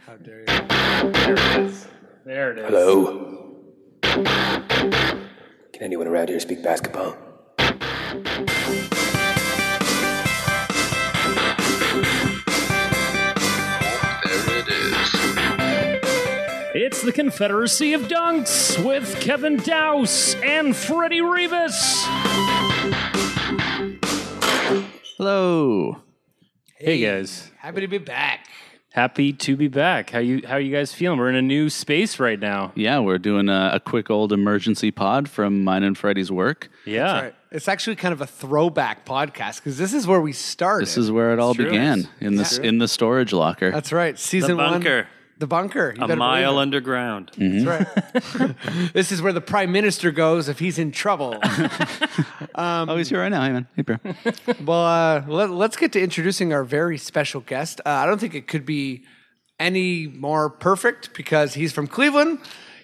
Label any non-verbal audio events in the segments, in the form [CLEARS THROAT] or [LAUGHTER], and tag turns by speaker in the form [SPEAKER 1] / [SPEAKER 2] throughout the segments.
[SPEAKER 1] How dare you? There it is. There it is.
[SPEAKER 2] Hello. Can anyone around here speak basketball?
[SPEAKER 3] There it is.
[SPEAKER 4] It's the Confederacy of Dunks with Kevin Douse and Freddie Rivas.
[SPEAKER 5] Hello. Hey, guys.
[SPEAKER 6] Happy to be back.
[SPEAKER 4] Happy to be back. How you how you guys feeling? We're in a new space right now.
[SPEAKER 5] Yeah, we're doing a, a quick old emergency pod from mine and Freddie's work.
[SPEAKER 4] Yeah.
[SPEAKER 6] All right. It's actually kind of a throwback podcast because this is where we started.
[SPEAKER 5] This is where it all
[SPEAKER 7] It's true.
[SPEAKER 5] began in this in the storage locker.
[SPEAKER 6] That's right. Season
[SPEAKER 7] The
[SPEAKER 6] one.
[SPEAKER 7] bunker.
[SPEAKER 6] The bunker. You
[SPEAKER 7] a
[SPEAKER 6] better
[SPEAKER 7] mile
[SPEAKER 6] believe
[SPEAKER 7] underground.
[SPEAKER 6] it. That's right. this is where the prime minister goes if he's in
[SPEAKER 7] [LAUGHS]
[SPEAKER 6] trouble.
[SPEAKER 5] oh, he's here right now. Hey man. Hey bro.
[SPEAKER 6] well, uh, let, us get to introducing our very special guest. Uh, I don't think it could be any more perfect because he's from Cleveland.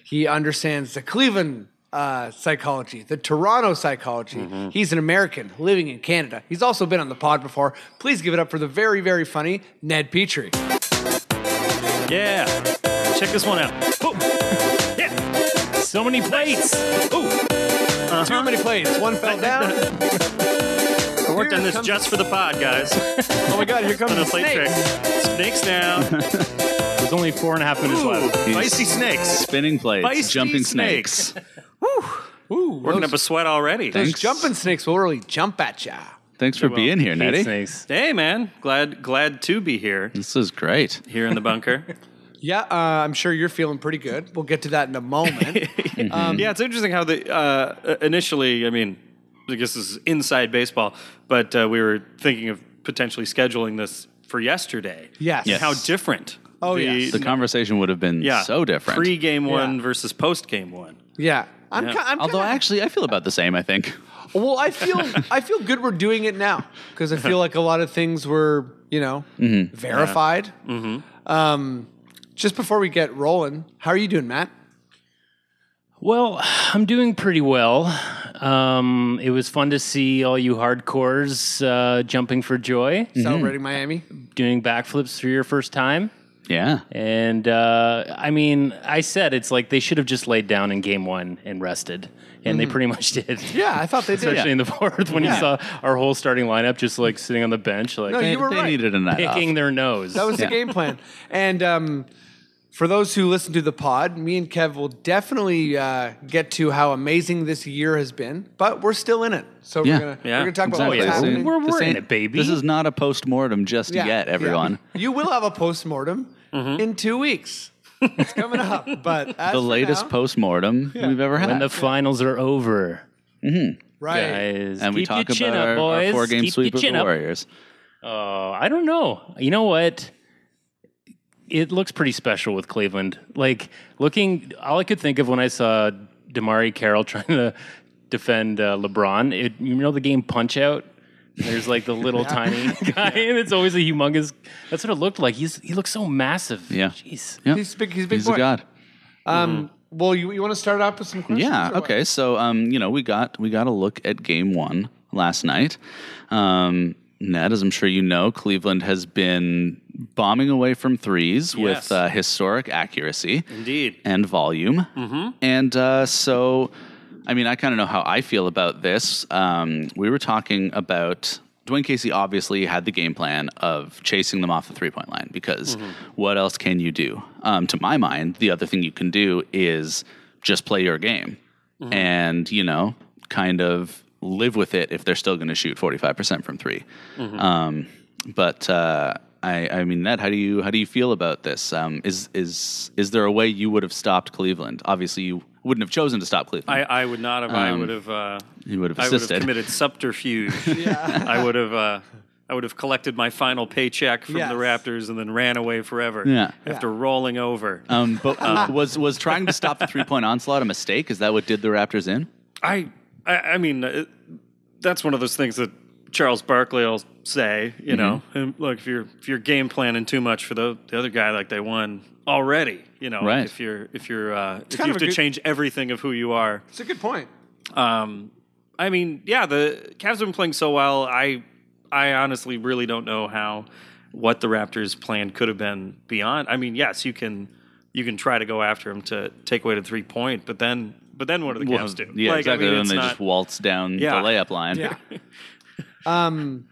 [SPEAKER 6] He understands the Cleveland uh, psychology, the Toronto psychology.
[SPEAKER 7] Mm-hmm.
[SPEAKER 6] He's an American living in Canada. He's also been on the pod before. Please give it up for the very, very funny Ned Petrie.
[SPEAKER 4] Yeah. Check this one out. Oh. Yeah. So many plates. Oh.
[SPEAKER 6] Too many plays. One
[SPEAKER 7] [LAUGHS]
[SPEAKER 6] fell down.
[SPEAKER 7] I worked on
[SPEAKER 6] Here
[SPEAKER 7] this
[SPEAKER 6] comes-
[SPEAKER 7] just for the pod, guys.
[SPEAKER 6] Oh my God! Here comes
[SPEAKER 7] on
[SPEAKER 6] the
[SPEAKER 7] a plate
[SPEAKER 6] snake.
[SPEAKER 7] trick.
[SPEAKER 5] [LAUGHS]
[SPEAKER 7] Snakes now.
[SPEAKER 4] There's only four and a half minutes left.
[SPEAKER 7] Spicy
[SPEAKER 5] [LAUGHS]
[SPEAKER 7] snakes.
[SPEAKER 5] Spinning plates,
[SPEAKER 7] Feisty
[SPEAKER 5] jumping snakes.
[SPEAKER 7] snakes.
[SPEAKER 6] Ooh,
[SPEAKER 7] Working
[SPEAKER 6] those,
[SPEAKER 7] up a sweat already.
[SPEAKER 6] those jumping snakes will really jump at ya.
[SPEAKER 5] Thanks for being here,
[SPEAKER 4] Hate
[SPEAKER 5] Nettie.
[SPEAKER 4] snakes.
[SPEAKER 7] Hey, man. Glad glad to be here.
[SPEAKER 5] This is great.
[SPEAKER 7] Here in
[SPEAKER 5] [LAUGHS]
[SPEAKER 7] the bunker.
[SPEAKER 6] Yeah, uh, I'm sure you're feeling pretty good. We'll get to that in a
[SPEAKER 7] [LAUGHS]
[SPEAKER 6] moment.
[SPEAKER 5] Mm-hmm.
[SPEAKER 7] yeah, it's interesting how the uh, initially. I mean, I guess this is inside baseball, but uh, we were thinking of potentially scheduling this for yesterday.
[SPEAKER 6] Yes.
[SPEAKER 7] And How different?
[SPEAKER 6] Oh,
[SPEAKER 7] the,
[SPEAKER 6] yes.
[SPEAKER 5] The conversation would have been
[SPEAKER 7] yeah,
[SPEAKER 5] so different.
[SPEAKER 7] Pre-game one
[SPEAKER 6] Yeah.
[SPEAKER 7] versus post-game one.
[SPEAKER 6] yeah, I'm.
[SPEAKER 7] Yeah.
[SPEAKER 6] ki- I'm
[SPEAKER 5] Although
[SPEAKER 6] kinda-
[SPEAKER 5] actually I feel about the same, I think.
[SPEAKER 6] [LAUGHS] well, I feel I feel good we're doing it now because I feel like a lot of things were you know verified.
[SPEAKER 7] Mm-hmm.
[SPEAKER 6] Um, just before we get rolling, how are you doing, Matt?
[SPEAKER 4] Well, I'm doing pretty well. Um, it was fun to see all you hardcores uh, jumping for joy,
[SPEAKER 6] Celebrating Miami.
[SPEAKER 4] doing backflips for your first time.
[SPEAKER 5] Yeah.
[SPEAKER 4] And uh, I mean, I said it's like they should have just laid down in game one and rested, and they pretty much did.
[SPEAKER 6] Mm-hmm. Yeah, I thought they did.
[SPEAKER 4] [LAUGHS] Especially in the fourth, when you saw our whole starting lineup just like sitting on the bench, like
[SPEAKER 6] No,
[SPEAKER 5] They,
[SPEAKER 6] you were
[SPEAKER 5] they
[SPEAKER 6] right.
[SPEAKER 5] needed a night
[SPEAKER 4] picking
[SPEAKER 5] off.
[SPEAKER 4] their nose.
[SPEAKER 6] That was
[SPEAKER 5] Yeah.
[SPEAKER 6] the game plan. And um, for those who listen to the pod, me and Kev will definitely uh, get to how amazing this year has been, but we're still in it. So
[SPEAKER 5] Yeah.
[SPEAKER 6] we're going
[SPEAKER 7] Oh, Yeah.
[SPEAKER 6] to talk about
[SPEAKER 5] Exactly.
[SPEAKER 6] what's
[SPEAKER 5] So
[SPEAKER 6] happening.
[SPEAKER 4] We're-
[SPEAKER 5] the
[SPEAKER 4] we're in
[SPEAKER 5] same-
[SPEAKER 4] it, baby.
[SPEAKER 5] This is not a post-mortem just
[SPEAKER 6] Yeah,
[SPEAKER 5] yet,
[SPEAKER 6] yeah.
[SPEAKER 5] everyone.
[SPEAKER 6] [LAUGHS]
[SPEAKER 5] Mm-hmm.
[SPEAKER 6] You will have a postmortem in two weeks. It's coming up. But
[SPEAKER 5] [LAUGHS]
[SPEAKER 6] as
[SPEAKER 5] The
[SPEAKER 6] for
[SPEAKER 5] latest
[SPEAKER 6] now-
[SPEAKER 5] post-mortem we've ever had.
[SPEAKER 4] when the finals are over,
[SPEAKER 6] Right.
[SPEAKER 4] guys.
[SPEAKER 5] and we
[SPEAKER 4] Keep
[SPEAKER 5] talk
[SPEAKER 4] your chin
[SPEAKER 5] about
[SPEAKER 4] up,
[SPEAKER 5] our,
[SPEAKER 4] boys.
[SPEAKER 5] our four-game
[SPEAKER 4] Keep
[SPEAKER 5] sweep
[SPEAKER 4] your
[SPEAKER 5] of the
[SPEAKER 4] chin up.
[SPEAKER 5] Warriors.
[SPEAKER 4] Oh, I don't know. You know what? It looks pretty special with Cleveland. Like looking, all I could think of when I saw Damari Carroll [LAUGHS] trying to defend uh, LeBron. It, you know the game Punch Out. There's like the
[SPEAKER 5] [LAUGHS]
[SPEAKER 4] little tiny guy, and it's always a humongous. That's what it looked like. He's he looks so massive.
[SPEAKER 5] Yeah.
[SPEAKER 4] jeez.
[SPEAKER 5] Yep.
[SPEAKER 6] He's big- he's a big
[SPEAKER 5] He's
[SPEAKER 6] boy.
[SPEAKER 5] a god.
[SPEAKER 6] Um, well, you, you want to start off with some questions?
[SPEAKER 5] Yeah.
[SPEAKER 6] or what?
[SPEAKER 5] Okay. So, um, you know, we got we got a look at Game One last night. Um, Ned, as I'm sure you know, Cleveland has been bombing away from threes with
[SPEAKER 7] Yes.
[SPEAKER 5] uh, historic accuracy
[SPEAKER 7] Indeed.
[SPEAKER 5] and volume. And uh, so, I mean, I kind of know how I feel about this. Um, we were talking about Dwayne Casey obviously had the game plan of chasing them off the three point line because what else can you do? Um, to my mind, the other thing you can do is just play your game and, you know, kind of live with it if they're still going to shoot 45% from 3 Um, but, uh, I, I mean, Ned, how do you how do you feel about this? Um, is is is there a way you would have stopped Cleveland? Obviously, you wouldn't have chosen to stop
[SPEAKER 7] I,
[SPEAKER 5] Cleveland.
[SPEAKER 7] I would not have.
[SPEAKER 5] Um,
[SPEAKER 7] I would have. Uh,
[SPEAKER 5] you would have
[SPEAKER 7] I would have
[SPEAKER 5] assisted.
[SPEAKER 7] committed
[SPEAKER 6] [LAUGHS]
[SPEAKER 7] subterfuge. I would have. Uh, I would have collected my final paycheck from
[SPEAKER 6] Yes.
[SPEAKER 7] the Raptors and then ran away forever.
[SPEAKER 5] Yeah.
[SPEAKER 7] After rolling over.
[SPEAKER 5] um,
[SPEAKER 7] [LAUGHS]
[SPEAKER 5] but was was trying to stop the three point onslaught a mistake? Is that what did the Raptors in?
[SPEAKER 7] I, I, I mean, uh, that's one of those things that Charles Barkley will say. You know,
[SPEAKER 5] Mm-hmm.
[SPEAKER 7] and look if you're if you're game planning too much for the the other guy, like they won already. You know,
[SPEAKER 5] Right.
[SPEAKER 7] if you're if you're uh, if you
[SPEAKER 6] kind
[SPEAKER 7] have
[SPEAKER 6] of
[SPEAKER 7] to
[SPEAKER 6] a good-
[SPEAKER 7] change everything of who you are.
[SPEAKER 6] It's a good point.
[SPEAKER 7] Um, I mean, yeah, the Cavs have been playing so well. I I honestly really don't know how what the Raptors' plan could have been beyond. I mean, yes, you can you can try to go after him to take away the three point, but then but then what do the Cavs do?
[SPEAKER 5] Yeah,
[SPEAKER 7] Like, I
[SPEAKER 5] exactly.
[SPEAKER 7] mean,
[SPEAKER 5] then
[SPEAKER 7] it's
[SPEAKER 5] they
[SPEAKER 7] not-
[SPEAKER 5] just waltz down
[SPEAKER 7] Yeah.
[SPEAKER 5] the layup line.
[SPEAKER 6] Yeah. um,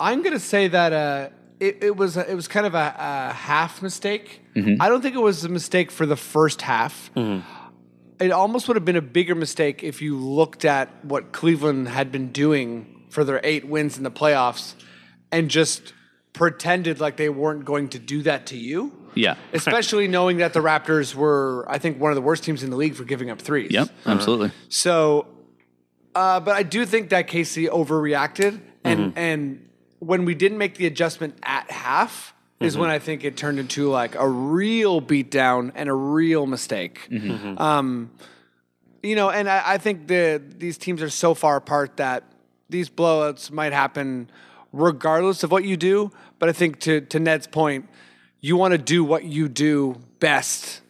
[SPEAKER 6] I'm gonna say that uh, it, it was a, it was kind of a, a half mistake. I don't think it was a mistake for the first half. It almost would have been a bigger mistake if you looked at what Cleveland had been doing for their eight wins in the playoffs, and just pretended like they weren't going to do that to you.
[SPEAKER 5] Yeah.
[SPEAKER 6] Especially knowing that the Raptors were, I think, one of the worst teams in the league for giving up threes.
[SPEAKER 5] Yep.
[SPEAKER 7] Uh-huh.
[SPEAKER 5] Absolutely.
[SPEAKER 6] So, uh, but I do think that Casey overreacted, and and when we didn't make the adjustment at half is when I think it turned into like a real beatdown and a real mistake. Um, you know, and I, I think the these teams are so far apart that these blowouts might happen regardless of what you do. But I think to to Ned's point, you want to do what you do best,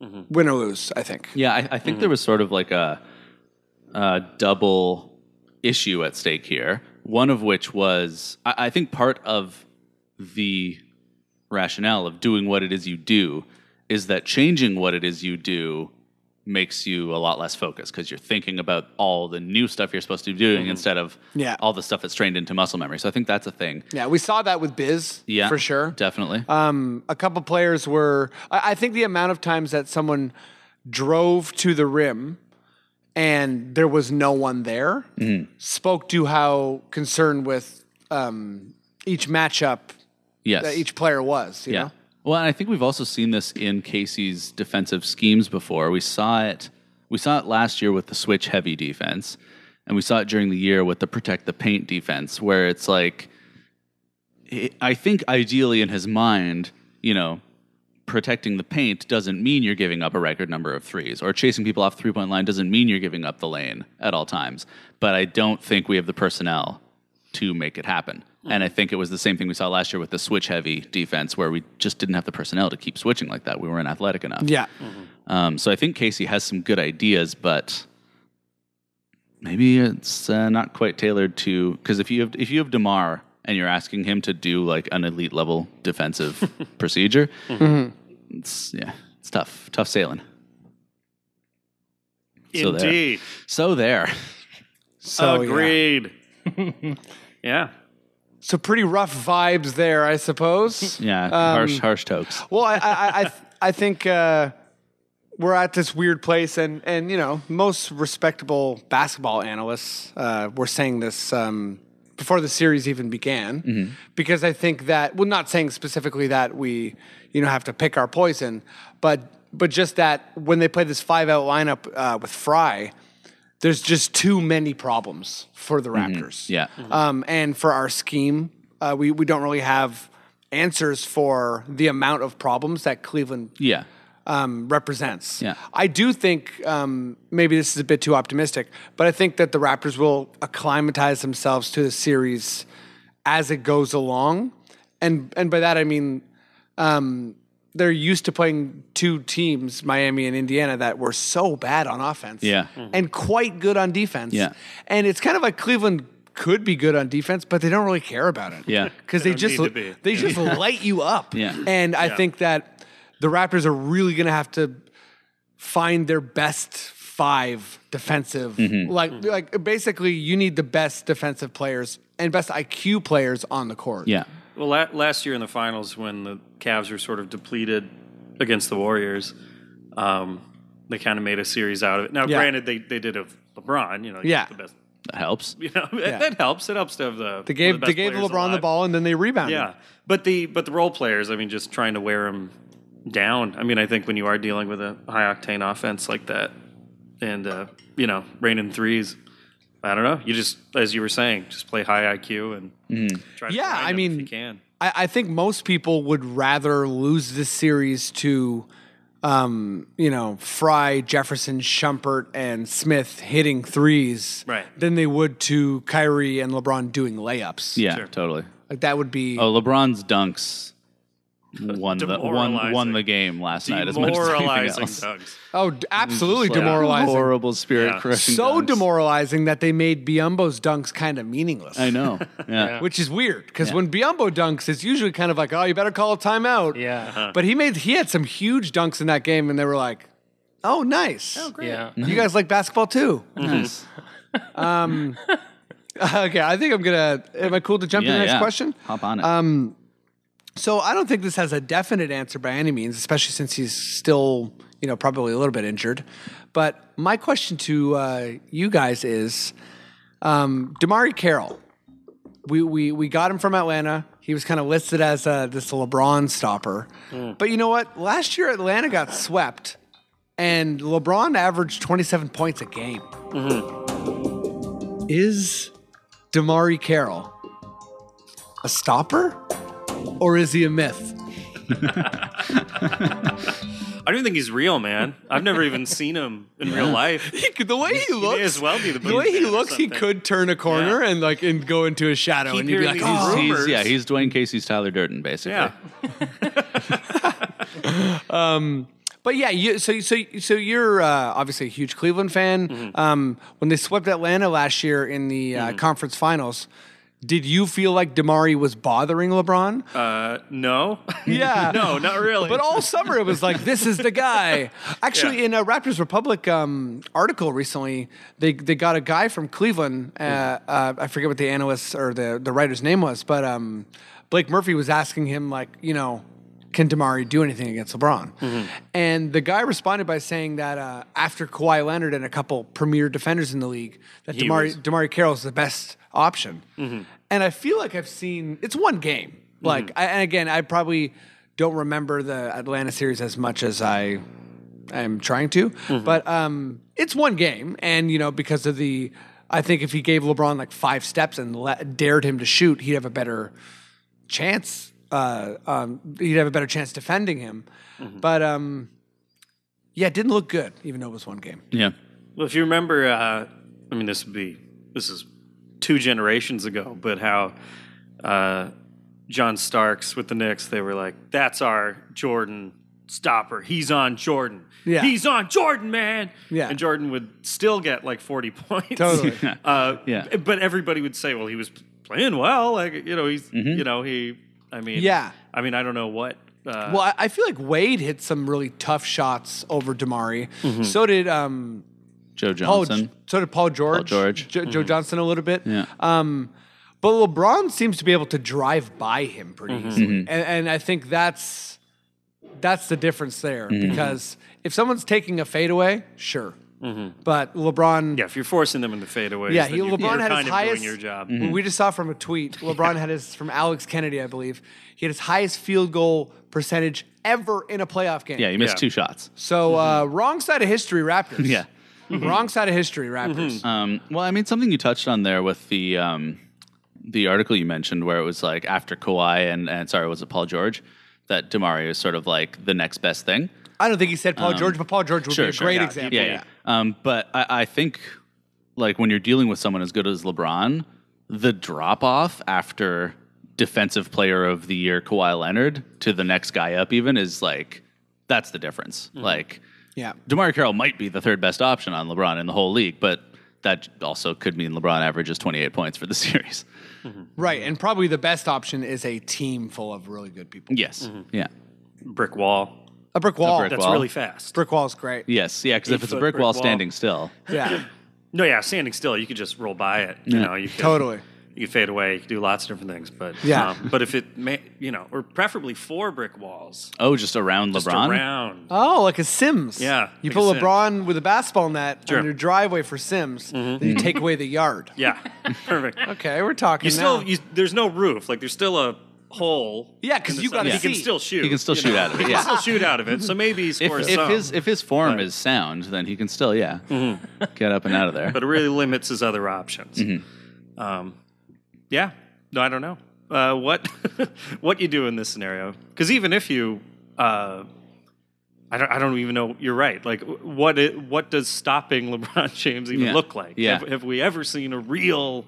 [SPEAKER 6] win or lose. I think.
[SPEAKER 5] Yeah, I, I think there was sort of like a, a double issue at stake here. One of which was, I, I think, part of the rationale of doing what it is you do is that changing what it is you do makes you a lot less focused because you're thinking about all the new stuff you're supposed to be doing instead of
[SPEAKER 6] Yeah.
[SPEAKER 5] all the stuff that's trained into muscle memory. So I think that's a thing.
[SPEAKER 6] Yeah, we saw that with Biz.
[SPEAKER 5] Yeah,
[SPEAKER 6] for sure.
[SPEAKER 5] definitely.
[SPEAKER 6] Um, a couple players were. I, I think the amount of times that someone drove to the rim and there was no one there
[SPEAKER 5] Mm-hmm.
[SPEAKER 6] spoke to how concerned with um, each matchup
[SPEAKER 5] yes,
[SPEAKER 6] that each player was. You
[SPEAKER 5] Yeah.
[SPEAKER 6] know?
[SPEAKER 5] Well, and I think we've also seen this in Casey's defensive schemes before. We saw it. We saw it last year with the switch heavy defense, and we saw it during the year with the protect the paint defense, where it's like, it- I think ideally in his mind, you know, protecting the paint doesn't mean you're giving up a record number of threes, or chasing people off the three point line doesn't mean you're giving up the lane at all times. But I don't think we have the personnel to make it happen. And I think it was the same thing we saw last year with the switch heavy defense, where we just didn't have the personnel to keep switching like that. We weren't athletic enough.
[SPEAKER 6] Yeah.
[SPEAKER 5] Um, so I think Casey has some good ideas, but maybe it's uh, not quite tailored to because if you have if you have Demar and you're asking him to do like an elite level
[SPEAKER 7] [LAUGHS]
[SPEAKER 5] defensive procedure,
[SPEAKER 7] Mm-hmm.
[SPEAKER 5] it's yeah, it's tough, tough sailing. So there.
[SPEAKER 7] Indeed,
[SPEAKER 5] So there,
[SPEAKER 6] So yeah.
[SPEAKER 7] agreed.
[SPEAKER 5] [LAUGHS]
[SPEAKER 7] yeah.
[SPEAKER 6] So pretty rough vibes there,
[SPEAKER 5] [LAUGHS]
[SPEAKER 6] I suppose.
[SPEAKER 5] yeah, harsh, harsh tokes.
[SPEAKER 6] Well, I I I, I- I think uh, we're at this weird place, and and you know most respectable basketball analysts uh, were saying this um, before the series even began, because I think that well, not saying specifically that we you know have to pick our poison, but but just that when they play this five out lineup uh, with Fry. There's just too many problems for the Raptors
[SPEAKER 5] Yeah,
[SPEAKER 6] um, and for our scheme. Uh, we we don't really have answers for the amount of problems that Cleveland
[SPEAKER 5] yeah,
[SPEAKER 6] um, represents.
[SPEAKER 5] Yeah.
[SPEAKER 6] I do think um, maybe this is a bit too optimistic, but I think that the Raptors will acclimatize themselves to the series as it goes along, and and by that I mean. Um, they're used to playing two teams, Miami and Indiana, that were so bad on offense Mm-hmm.
[SPEAKER 5] Yeah.
[SPEAKER 6] and quite good on defense.
[SPEAKER 5] Yeah.
[SPEAKER 6] And it's kind of like Cleveland could be good on defense, but they don't really care about it.
[SPEAKER 5] Yeah.
[SPEAKER 6] Because they,
[SPEAKER 7] don't
[SPEAKER 6] just
[SPEAKER 7] need to be.
[SPEAKER 6] they just light you up.
[SPEAKER 5] Yeah.
[SPEAKER 6] And I think that the Raptors are really going to have to find their best five defensive
[SPEAKER 5] Mm-hmm.
[SPEAKER 6] like like basically you need the best defensive players and best IQ players on the court.
[SPEAKER 5] yeah,
[SPEAKER 7] Well, la- last year in the finals, when the Cavs were sort of depleted against the Warriors, um, they kind of made a series out of it. Now,
[SPEAKER 6] Yeah.
[SPEAKER 7] granted, they, they did have LeBron. You know,
[SPEAKER 6] Yeah.
[SPEAKER 7] the best.
[SPEAKER 5] that helps.
[SPEAKER 7] You know, [LAUGHS] that helps. It helps to have the
[SPEAKER 6] They gave they gave LeBron the ball and then they rebounded.
[SPEAKER 7] Yeah, but the but the role players. I mean, just trying to wear them down. I mean, I think when you are dealing with a high octane offense like that, and uh, you know, raining threes. I don't know. You just, as you were saying, just play high IQ and try to
[SPEAKER 6] Mm-hmm. Yeah,
[SPEAKER 7] grind
[SPEAKER 6] I
[SPEAKER 7] them
[SPEAKER 6] mean-
[SPEAKER 7] if you can.
[SPEAKER 6] I, I think most people would rather lose this series to, um, you know, Fry, Jefferson, Shumpert, and Smith hitting threes,
[SPEAKER 7] Right.
[SPEAKER 6] than they would to Kyrie and LeBron doing layups.
[SPEAKER 5] Yeah, totally.
[SPEAKER 6] like that would be.
[SPEAKER 5] Oh, LeBron's dunks won the won, won
[SPEAKER 7] Demoralizing.
[SPEAKER 5] the game last night as much as anything
[SPEAKER 7] Demoralizing
[SPEAKER 5] else.
[SPEAKER 7] Dugs.
[SPEAKER 6] Oh, d- absolutely
[SPEAKER 5] Like,
[SPEAKER 6] demoralizing.
[SPEAKER 5] horrible spirit
[SPEAKER 7] Yeah.
[SPEAKER 5] crushing.
[SPEAKER 6] So
[SPEAKER 5] dunks.
[SPEAKER 6] demoralizing that they made Biombo's dunks kind of meaningless.
[SPEAKER 5] I
[SPEAKER 6] [LAUGHS]
[SPEAKER 5] know. Yeah.
[SPEAKER 6] Which is weird because when Biombo dunks, it's usually kind of like, oh, you better call a timeout.
[SPEAKER 4] Yeah.
[SPEAKER 6] But he made he had some huge dunks in that game, and they were like, oh, nice. Oh, great.
[SPEAKER 4] Yeah.
[SPEAKER 5] Mm-hmm.
[SPEAKER 6] You guys like basketball too.
[SPEAKER 5] Nice.
[SPEAKER 6] Um, [LAUGHS] okay, I think I'm gonna. Am I cool to jump to
[SPEAKER 5] Yeah,
[SPEAKER 6] the next
[SPEAKER 5] yeah.
[SPEAKER 6] question? Um,
[SPEAKER 5] Hop on it.
[SPEAKER 6] So I don't think this has a definite answer by any means, especially since he's still, you know, probably a little bit injured. But my question to uh, you guys is, um, Damari Carroll, we, we we got him from Atlanta. He was kind of listed as uh, this LeBron stopper, but you know what? Last year Atlanta got swept, and LeBron averaged 27 points a game. Is Damari Carroll a stopper? or is he a myth?
[SPEAKER 7] I don't even think he's real, man. I've never
[SPEAKER 6] [LAUGHS]
[SPEAKER 7] even seen him in real life.
[SPEAKER 6] He could, the way he
[SPEAKER 7] may
[SPEAKER 6] looks,
[SPEAKER 7] as well be the
[SPEAKER 6] the way he
[SPEAKER 7] boogeyman or
[SPEAKER 6] looks, he
[SPEAKER 7] something.
[SPEAKER 6] could turn a corner and like and go into his shadow,
[SPEAKER 7] Keep
[SPEAKER 6] and you'd be like,
[SPEAKER 7] hearing these
[SPEAKER 6] oh,
[SPEAKER 7] rumors.
[SPEAKER 5] he's, yeah, he's Dwayne Casey's Tyler Durden, basically.
[SPEAKER 7] Yeah.
[SPEAKER 6] But yeah, you, so so so you're uh, obviously a huge Cleveland fan.
[SPEAKER 7] Mm-hmm.
[SPEAKER 6] Um, when they swept Atlanta last year in the uh, conference finals, did you feel like Damari was bothering LeBron?
[SPEAKER 7] Uh, no. [LAUGHS]
[SPEAKER 6] Yeah.
[SPEAKER 7] no, not really.
[SPEAKER 6] But all summer it was like, this is the
[SPEAKER 7] [LAUGHS]
[SPEAKER 6] guy. Actually,
[SPEAKER 7] Yeah.
[SPEAKER 6] in a Raptors Republic um, article recently, they they got a guy from Cleveland. Uh, uh, I forget what the analyst or the the writer's name was, but um, Blake Murphy was asking him like, you know. Can Damari do anything against LeBron?
[SPEAKER 7] Mm-hmm.
[SPEAKER 6] And the guy responded by saying that uh, after Kawhi Leonard and a couple premier defenders in the league, that Damari
[SPEAKER 7] was-
[SPEAKER 6] Damari Carroll is the best option. And I feel like I've seen it's one game. Like, I, and again, I probably don't remember the Atlanta series as much as I am trying to, but um, it's one game. And you know, because of the, I think if he gave LeBron like five steps and le- dared him to shoot, he'd have a better chance. Uh, um, he'd have a better chance defending him. But um, yeah, it didn't look good, even though it was one game.
[SPEAKER 5] Yeah.
[SPEAKER 7] Well, if you remember, uh, I mean, this would be this is two generations ago, but how uh, John Starks with the Knicks, they were like, "That's our Jordan stopper. He's on Jordan.
[SPEAKER 6] Yeah.
[SPEAKER 7] he's on Jordan, man."
[SPEAKER 6] Yeah.
[SPEAKER 7] and Jordan would still get like forty points.
[SPEAKER 6] Totally.
[SPEAKER 7] [LAUGHS] uh,
[SPEAKER 5] Yeah.
[SPEAKER 7] but everybody would say, "Well, he was playing well. Like, you know, he's you know he. I mean,
[SPEAKER 6] Yeah.
[SPEAKER 7] I mean, I don't know what." Uh,
[SPEAKER 6] Well, I, I feel like Wade hit some really tough shots over Damari. So did um,
[SPEAKER 5] Joe
[SPEAKER 6] Paul.
[SPEAKER 5] Mm-hmm. Johnson.
[SPEAKER 6] So did Paul George.
[SPEAKER 5] George. Mm-hmm.
[SPEAKER 6] Jo- Joe Johnson a little bit.
[SPEAKER 5] Yeah.
[SPEAKER 6] Um, but LeBron seems to be able to drive by him pretty
[SPEAKER 5] Mm-hmm.
[SPEAKER 6] easily, and, and I think that's that's the difference there
[SPEAKER 5] Mm-hmm.
[SPEAKER 6] because if someone's taking a fadeaway, sure, but LeBron.
[SPEAKER 7] Mm-hmm. yeah, if you're forcing them into fadeaways,
[SPEAKER 6] Yeah,
[SPEAKER 7] then
[SPEAKER 6] he,
[SPEAKER 7] you're,
[SPEAKER 6] LeBron
[SPEAKER 7] you're
[SPEAKER 6] had
[SPEAKER 7] kind
[SPEAKER 6] his
[SPEAKER 7] of
[SPEAKER 6] highest.
[SPEAKER 7] doing your job.
[SPEAKER 5] Mm-hmm.
[SPEAKER 6] We just saw from a
[SPEAKER 7] [LAUGHS]
[SPEAKER 6] tweet. LeBron had his from Alex Kennedy, I believe. He had his highest field goal percentage ever in a playoff game.
[SPEAKER 5] Yeah, he missed
[SPEAKER 7] Yeah.
[SPEAKER 5] two shots.
[SPEAKER 6] So uh,
[SPEAKER 7] Mm-hmm.
[SPEAKER 6] wrong side of history, Raptors. Mm-hmm.
[SPEAKER 5] Yeah.
[SPEAKER 6] wrong side of history, Raptors.
[SPEAKER 7] Mm-hmm.
[SPEAKER 5] Um, well, I mean, something you touched on there with the um, the article you mentioned, where it was like after Kawhi and, and sorry, was it Paul George? That Demario is sort of like the next best thing.
[SPEAKER 6] I don't think he said Paul
[SPEAKER 7] Um,
[SPEAKER 6] George, but Paul George would be a great
[SPEAKER 5] yeah,
[SPEAKER 6] example.
[SPEAKER 5] Yeah, yeah. Um, but I, I think like when you're dealing with someone as good as LeBron, the drop off after defensive player of the year Kawhi Leonard to the next guy up even is like that's the difference. Like
[SPEAKER 6] Yeah.
[SPEAKER 5] Demario Carroll might be the third best option on LeBron in the whole league, but that also could mean LeBron averages 28 points for the [LAUGHS] series.
[SPEAKER 6] right. And probably the best option is a team full of really good people.
[SPEAKER 5] Yes. Yeah.
[SPEAKER 7] Brick wall.
[SPEAKER 6] A brick wall.
[SPEAKER 5] brick
[SPEAKER 6] brick,
[SPEAKER 7] That's
[SPEAKER 5] wall.
[SPEAKER 7] really fast.
[SPEAKER 6] wall is great.
[SPEAKER 5] Yes. Yeah. Because if it's a
[SPEAKER 7] Eight-foot
[SPEAKER 5] brick
[SPEAKER 7] brick
[SPEAKER 5] wall
[SPEAKER 7] wall.
[SPEAKER 5] standing still,
[SPEAKER 6] Yeah,
[SPEAKER 7] No, yeah, standing still, you could just roll by it. You know, you could,
[SPEAKER 6] totally.
[SPEAKER 7] You could fade away. You could do lots of different things, but
[SPEAKER 6] Yeah.
[SPEAKER 7] um, but if it, may, you know, or preferably four brick walls,
[SPEAKER 5] oh, just around
[SPEAKER 7] just
[SPEAKER 5] LeBron.
[SPEAKER 7] around.
[SPEAKER 6] Oh, like a Sims.
[SPEAKER 7] Yeah,
[SPEAKER 6] You
[SPEAKER 7] like
[SPEAKER 6] put
[SPEAKER 7] a Sims.
[SPEAKER 6] LeBron with a basketball net
[SPEAKER 7] Sure. Mm-hmm.
[SPEAKER 6] on your driveway for Sims, then you take away the
[SPEAKER 7] [LAUGHS]
[SPEAKER 6] yard. [LAUGHS]
[SPEAKER 7] Yeah, perfect.
[SPEAKER 6] Okay, we're talking.
[SPEAKER 7] You still
[SPEAKER 6] now.
[SPEAKER 7] you, there's no roof. Like there's still a hole.
[SPEAKER 6] Yeah, 'cause
[SPEAKER 7] in the
[SPEAKER 6] you gotta
[SPEAKER 7] side. He can
[SPEAKER 6] see.
[SPEAKER 7] still shoot.
[SPEAKER 5] He can still
[SPEAKER 7] you
[SPEAKER 5] shoot out of it,
[SPEAKER 7] He
[SPEAKER 5] yeah.
[SPEAKER 7] can still shoot out of it. So maybe he
[SPEAKER 5] If,
[SPEAKER 7] scores
[SPEAKER 5] if
[SPEAKER 7] some,
[SPEAKER 5] his if his form
[SPEAKER 7] But-
[SPEAKER 5] is sound, then he can still yeah
[SPEAKER 7] [LAUGHS]
[SPEAKER 5] get up and out of there.
[SPEAKER 7] but it really limits his other options.
[SPEAKER 5] Mm-hmm.
[SPEAKER 7] Um, yeah. No, I don't know uh, what [LAUGHS] what you do in this scenario. Because even if you, uh, I don't, I don't even know. You're right. Like, what i what does stopping [LAUGHS] LeBron James even
[SPEAKER 5] Yeah.
[SPEAKER 7] look like?
[SPEAKER 5] Yeah.
[SPEAKER 7] Have, have we ever seen a real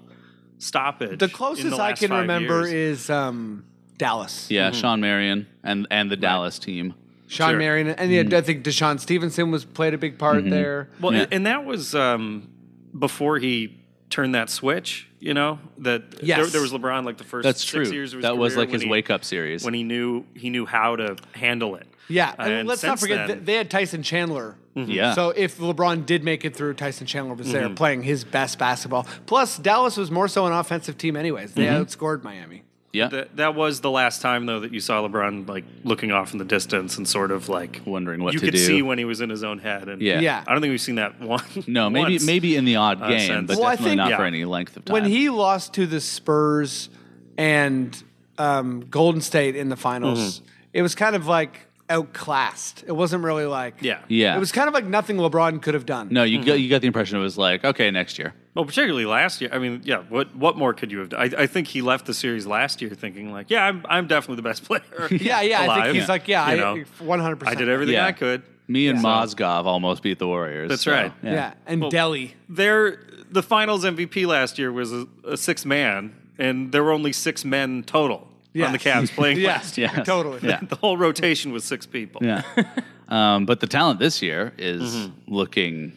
[SPEAKER 7] stoppage?
[SPEAKER 6] The closest
[SPEAKER 7] in the
[SPEAKER 6] I
[SPEAKER 7] last
[SPEAKER 6] can
[SPEAKER 7] five
[SPEAKER 6] remember
[SPEAKER 7] years?
[SPEAKER 6] is um, Dallas.
[SPEAKER 5] Yeah,
[SPEAKER 7] mm-hmm.
[SPEAKER 5] Sean Marion and and the Dallas team.
[SPEAKER 6] Sean
[SPEAKER 7] Sure. Mm-hmm.
[SPEAKER 6] Marion, and yeah, I think Deshaun Stevenson was played a big part there.
[SPEAKER 7] Well,
[SPEAKER 5] Yeah.
[SPEAKER 7] and that was um, before he turned that switch. You know that
[SPEAKER 6] Yes.
[SPEAKER 7] there, there was LeBron like the first
[SPEAKER 5] That's
[SPEAKER 7] six
[SPEAKER 5] true.
[SPEAKER 7] years. Of his
[SPEAKER 5] That was
[SPEAKER 7] career
[SPEAKER 5] like
[SPEAKER 7] when
[SPEAKER 5] his
[SPEAKER 7] he-
[SPEAKER 5] wake up series.
[SPEAKER 7] when he knew he knew how to handle it.
[SPEAKER 6] Yeah, and let's not
[SPEAKER 7] since
[SPEAKER 6] forget
[SPEAKER 7] then-
[SPEAKER 6] th- they had Tyson Chandler.
[SPEAKER 5] Mm-hmm. Yeah. Mm-hmm.
[SPEAKER 6] So if LeBron did make it through, Tyson Chandler was there playing his best basketball. Plus, Dallas was more so an offensive team, anyways. They
[SPEAKER 5] Mm-hmm.
[SPEAKER 6] outscored Miami.
[SPEAKER 5] yeah.
[SPEAKER 7] that, that was the last time though that you saw LeBron like looking off in the distance and sort of like
[SPEAKER 5] Wondering what
[SPEAKER 7] you
[SPEAKER 5] to
[SPEAKER 7] could
[SPEAKER 5] do.
[SPEAKER 7] see when he was in his own head. And
[SPEAKER 5] Yeah.
[SPEAKER 6] Yeah.
[SPEAKER 7] I don't think we've seen that [LAUGHS] one.
[SPEAKER 5] no, maybe
[SPEAKER 7] once.
[SPEAKER 5] maybe in the odd
[SPEAKER 7] Uh,
[SPEAKER 5] game,
[SPEAKER 7] since-
[SPEAKER 5] but
[SPEAKER 6] Well, I
[SPEAKER 5] definitely
[SPEAKER 6] think-
[SPEAKER 5] not for
[SPEAKER 7] yeah.
[SPEAKER 5] any length of time.
[SPEAKER 6] When he lost to the Spurs and um, Golden State in the finals,
[SPEAKER 5] Mm-hmm.
[SPEAKER 6] it was kind of like outclassed. It wasn't really like
[SPEAKER 7] Yeah.
[SPEAKER 5] Yeah.
[SPEAKER 6] It was kind of like nothing LeBron could have done.
[SPEAKER 5] no, you
[SPEAKER 7] Mm-hmm.
[SPEAKER 5] got you got the impression it was like okay next year.
[SPEAKER 7] Well, particularly last year. I mean, yeah. What what more could you have done? I, I think he left the series last year thinking like, yeah, I'm I'm definitely the best [LAUGHS] player.
[SPEAKER 6] Yeah, yeah. I
[SPEAKER 7] alive.
[SPEAKER 6] think he's like, yeah,
[SPEAKER 7] You know,
[SPEAKER 6] I, 100%.
[SPEAKER 7] I did everything
[SPEAKER 5] Yeah.
[SPEAKER 7] I could.
[SPEAKER 5] Me and Mozgov almost beat the Warriors.
[SPEAKER 7] That's
[SPEAKER 5] so,
[SPEAKER 7] right.
[SPEAKER 6] Yeah. And Delhi.
[SPEAKER 7] Their the finals MVP last year was a, a six man, and there were only six men total on the
[SPEAKER 6] [LAUGHS] Yes.
[SPEAKER 7] Cavs playing.
[SPEAKER 6] Yeah.
[SPEAKER 7] last year.
[SPEAKER 5] Yes.
[SPEAKER 6] Totally.
[SPEAKER 5] Yeah.
[SPEAKER 7] the whole rotation was six people.
[SPEAKER 5] Yeah.
[SPEAKER 6] [LAUGHS]
[SPEAKER 5] um, but the talent this year is looking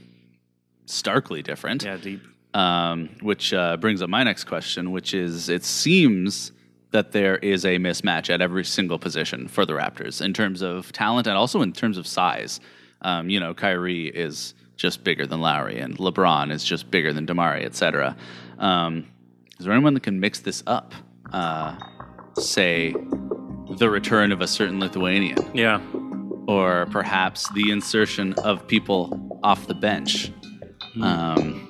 [SPEAKER 5] starkly different.
[SPEAKER 7] Mm-hmm. Yeah, deep.
[SPEAKER 5] Um, which uh, brings up my next question, which is it seems that there is a mismatch at every single position for the Raptors in terms of talent and also in terms of size. Um, you know, Kyrie is just bigger than Lowry, and LeBron is just bigger than Damari, et cetera. Um, is there anyone that can mix this up? Uh, say, the return of a certain Lithuanian
[SPEAKER 7] Yeah.
[SPEAKER 5] or perhaps the insertion of people off the bench.
[SPEAKER 7] Hmm.
[SPEAKER 5] Um,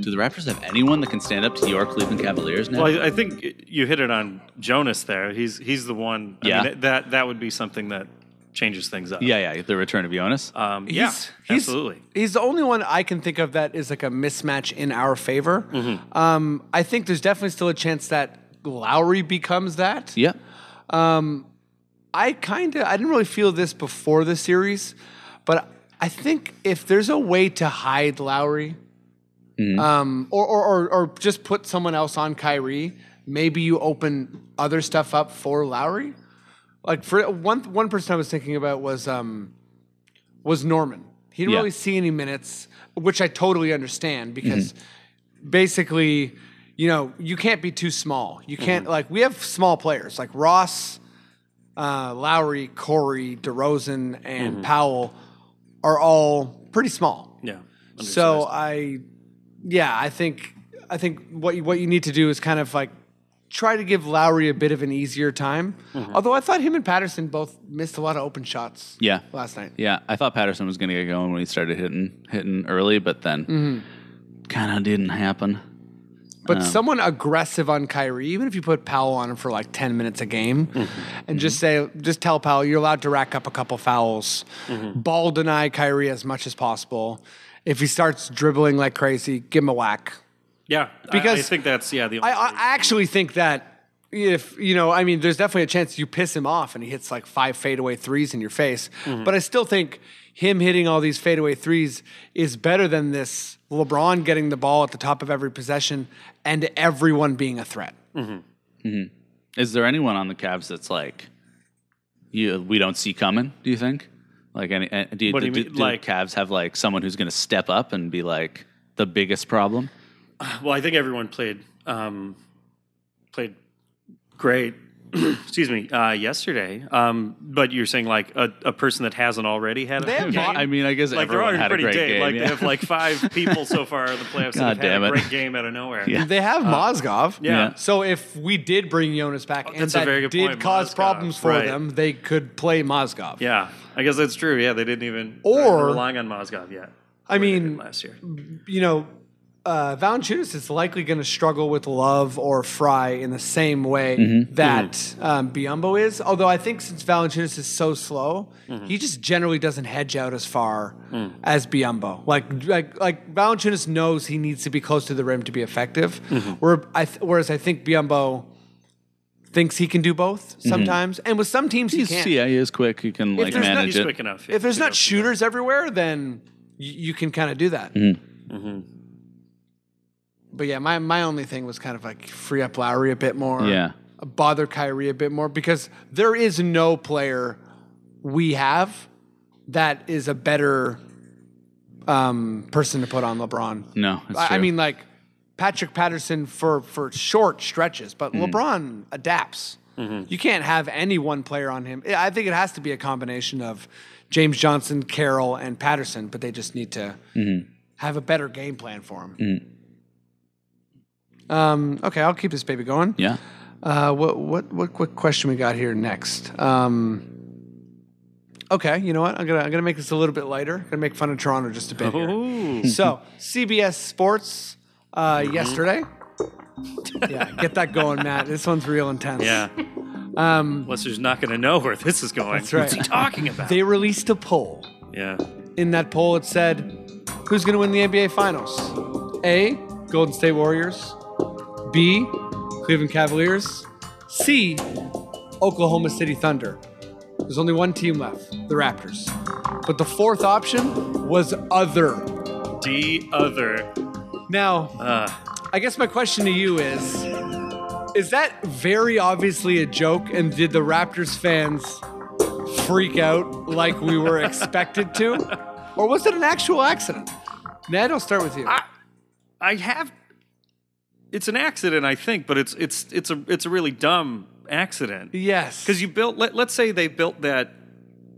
[SPEAKER 5] do the Raptors have anyone that can stand up to your Cleveland Cavaliers now?
[SPEAKER 7] Well, I, I think you hit it on Jonas there. He's he's the one. I
[SPEAKER 5] Yeah.
[SPEAKER 7] mean, that that would be something that changes things up.
[SPEAKER 5] yeah, yeah, the return of Jonas.
[SPEAKER 7] Um, yeah. absolutely.
[SPEAKER 6] He's the only one I can think of that is like a mismatch in our favor.
[SPEAKER 7] Mm-hmm.
[SPEAKER 6] Um, I think there's definitely still a chance that Lowry becomes that.
[SPEAKER 5] yeah,
[SPEAKER 6] Um, I kind of I didn't really feel this before the series, but I think if there's a way to hide Lowry, um, or, or or or just put someone else on Kyrie, maybe you open other stuff up for Lowry. Like for one one person I was thinking about was um was Norman. He didn't
[SPEAKER 5] Yeah.
[SPEAKER 6] really see any minutes, which I totally understand because basically, you know, you can't be too small. You can't like we have small players like Ross uh, Lowry, Corey, DeRozan, and Powell are all pretty small.
[SPEAKER 7] Yeah.
[SPEAKER 6] So I, yeah, I think I think what you, what you need to do is kind of like try to give Lowry a bit of an easier time. Although I thought him and Patterson both missed a lot of open shots.
[SPEAKER 5] yeah,
[SPEAKER 6] last night.
[SPEAKER 5] yeah. I thought Patterson was going to get going when he started hitting hitting early, but then
[SPEAKER 7] Mm-hmm.
[SPEAKER 5] kind of didn't happen.
[SPEAKER 6] But someone aggressive on Kyrie, even if you put Powell on him for like 10 minutes a game and just say, just tell Powell, you're allowed to rack up a couple fouls. Ball deny Kyrie as much as possible. If he starts dribbling like crazy, give him a whack.
[SPEAKER 7] yeah, I- I,
[SPEAKER 6] Because-
[SPEAKER 7] think that's yeah the.
[SPEAKER 6] I,
[SPEAKER 7] Only
[SPEAKER 6] I I actually think that if, you know, I mean, there's definitely a chance you piss him off and he hits like five fadeaway threes in your face. But I still think him hitting all these fadeaway threes is better than this LeBron getting the ball at the top of every possession and everyone being a threat.
[SPEAKER 5] Is there anyone on the Cavs that's like you? We don't see coming. Do you think? Like any? eh, Do,
[SPEAKER 7] What
[SPEAKER 5] do,
[SPEAKER 7] do you
[SPEAKER 5] do,
[SPEAKER 7] mean,
[SPEAKER 5] do
[SPEAKER 7] like-
[SPEAKER 5] the Cavs have like someone who's going to step up and be like the biggest problem?
[SPEAKER 7] well, I think everyone played um, played great. [CLEARS THROAT] Excuse me, uh, yesterday. Um, but you're saying like a, a person that hasn't already had a
[SPEAKER 6] They have
[SPEAKER 7] good
[SPEAKER 6] mo-
[SPEAKER 7] game?
[SPEAKER 5] I mean, I guess
[SPEAKER 7] like they're
[SPEAKER 5] everyone
[SPEAKER 7] already
[SPEAKER 5] had a
[SPEAKER 7] pretty
[SPEAKER 5] great
[SPEAKER 7] dead.
[SPEAKER 5] game.
[SPEAKER 7] Like
[SPEAKER 5] yeah.
[SPEAKER 7] they
[SPEAKER 5] [LAUGHS]
[SPEAKER 7] have like five people so far in the playoffs
[SPEAKER 5] God
[SPEAKER 7] that have had
[SPEAKER 5] damn
[SPEAKER 7] a
[SPEAKER 5] it.
[SPEAKER 7] great game out of nowhere.
[SPEAKER 5] Yeah.
[SPEAKER 6] They have Mozgov.
[SPEAKER 7] Uh, Yeah. Oh,
[SPEAKER 6] So if we did bring Jonas back and
[SPEAKER 7] that's a
[SPEAKER 6] that
[SPEAKER 7] very good
[SPEAKER 6] did
[SPEAKER 7] point,
[SPEAKER 6] cause
[SPEAKER 7] Mozgov.
[SPEAKER 6] problems for
[SPEAKER 7] Right.
[SPEAKER 6] them, they could play Mozgov.
[SPEAKER 7] Yeah, I guess that's true. Yeah, they didn't even
[SPEAKER 6] Or-
[SPEAKER 7] they're not relying on Mozgov yet.
[SPEAKER 6] I
[SPEAKER 7] They
[SPEAKER 6] mean,
[SPEAKER 7] did last year.
[SPEAKER 6] you know, uh, Valanciunas is likely going to struggle with Love or Fry in the same way that Um, Biombo is. Although I think since Valanciunas is so slow, he just generally doesn't hedge out as far as Biombo. Like like like Valanciunas knows he needs to be close to the rim to be effective. Where I th- whereas I think Biombo thinks he can do both sometimes, and with some teams
[SPEAKER 5] He's
[SPEAKER 6] he can't.
[SPEAKER 5] yeah, he is quick. He can like
[SPEAKER 6] there's not-
[SPEAKER 5] manage
[SPEAKER 7] He's
[SPEAKER 5] it.
[SPEAKER 7] quick enough.
[SPEAKER 6] If there's
[SPEAKER 7] to
[SPEAKER 6] not
[SPEAKER 7] go.
[SPEAKER 6] shooters everywhere, then you, you can kind of do that. But yeah, my, my only thing was kind of like free up Lowry a bit more.
[SPEAKER 5] Yeah.
[SPEAKER 6] bother Kyrie a bit more because there is no player we have that is a better um, person to put on LeBron.
[SPEAKER 5] No, it's
[SPEAKER 6] I, I
[SPEAKER 5] true.
[SPEAKER 6] mean like Patrick Patterson for for short stretches, but LeBron adapts. You can't have any one player on him. I I think it has to be a combination of James Johnson, Carroll, and Patterson, but they just need to have a better game plan for him. Um, okay, I'll keep this baby going.
[SPEAKER 5] Yeah.
[SPEAKER 6] Uh, what what what quick question we got here next? Um, okay, you know what? I'm gonna I'm gonna make this a little bit lighter. I'm gonna make fun of Toronto just a bit. here. So CBS Sports uh, yesterday. yeah, get that going, Matt. This one's real intense. [LAUGHS]
[SPEAKER 7] Yeah. Um, Lester's not going to know where this is going.
[SPEAKER 6] right.
[SPEAKER 7] What's he talking about?
[SPEAKER 6] They released a poll.
[SPEAKER 7] yeah.
[SPEAKER 6] In that poll, it said, "Who's gonna win the NBA Finals? A. Golden State Warriors. B. Cleveland Cavaliers. C. Oklahoma City Thunder. There's only one team left, the Raptors. But the fourth option was other.
[SPEAKER 7] D other.
[SPEAKER 6] Now,
[SPEAKER 7] Uh,
[SPEAKER 6] I guess my question to you is Is that very obviously a joke? And did the Raptors fans freak out like we
[SPEAKER 7] [LAUGHS]
[SPEAKER 6] were expected to? Or was it an actual accident? Ned, I'll start with you.
[SPEAKER 7] I have. It's an accident, I think, but it's it's it's a it's a really dumb accident.
[SPEAKER 6] yes.
[SPEAKER 7] Because you built, let, let's say they built that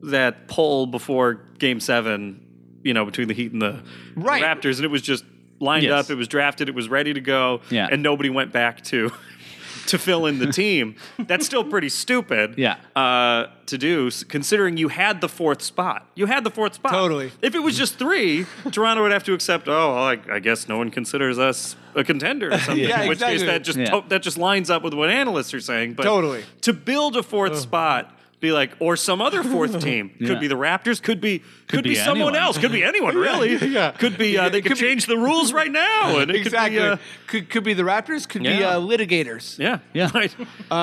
[SPEAKER 7] that poll before Game Seven, you know, between the Heat and the
[SPEAKER 6] Right.
[SPEAKER 7] Raptors, and it was just lined
[SPEAKER 5] Yes.
[SPEAKER 7] up. It was drafted. It was ready to go.
[SPEAKER 5] Yeah.
[SPEAKER 7] and nobody went back to [LAUGHS] to fill in the team. That's still pretty stupid.
[SPEAKER 5] Yeah.
[SPEAKER 7] uh, to do s- considering you had the fourth spot. You had the fourth spot.
[SPEAKER 6] Totally.
[SPEAKER 7] If it was just three, Toronto would have to accept. Oh, well, I, I guess no one considers us a contender
[SPEAKER 6] [LAUGHS]
[SPEAKER 7] or something.
[SPEAKER 6] Yeah,
[SPEAKER 7] in which
[SPEAKER 6] exactly.
[SPEAKER 7] case that just
[SPEAKER 5] Yeah.
[SPEAKER 7] to- that just lines up with what analysts are saying. But
[SPEAKER 6] Totally.
[SPEAKER 7] to build a fourth spot be like or some other fourth team
[SPEAKER 5] Yeah.
[SPEAKER 7] could be the raptors could be could, be,
[SPEAKER 5] be
[SPEAKER 7] someone
[SPEAKER 5] anyone.
[SPEAKER 7] else could be anyone really
[SPEAKER 6] yeah.
[SPEAKER 7] could be uh, they could, change the rules right now and it
[SPEAKER 6] exactly.
[SPEAKER 7] could be, uh,
[SPEAKER 6] could, could be the Raptors, could be
[SPEAKER 7] Yeah.
[SPEAKER 6] uh, litigators.
[SPEAKER 7] yeah [LAUGHS]
[SPEAKER 5] Yeah.
[SPEAKER 7] right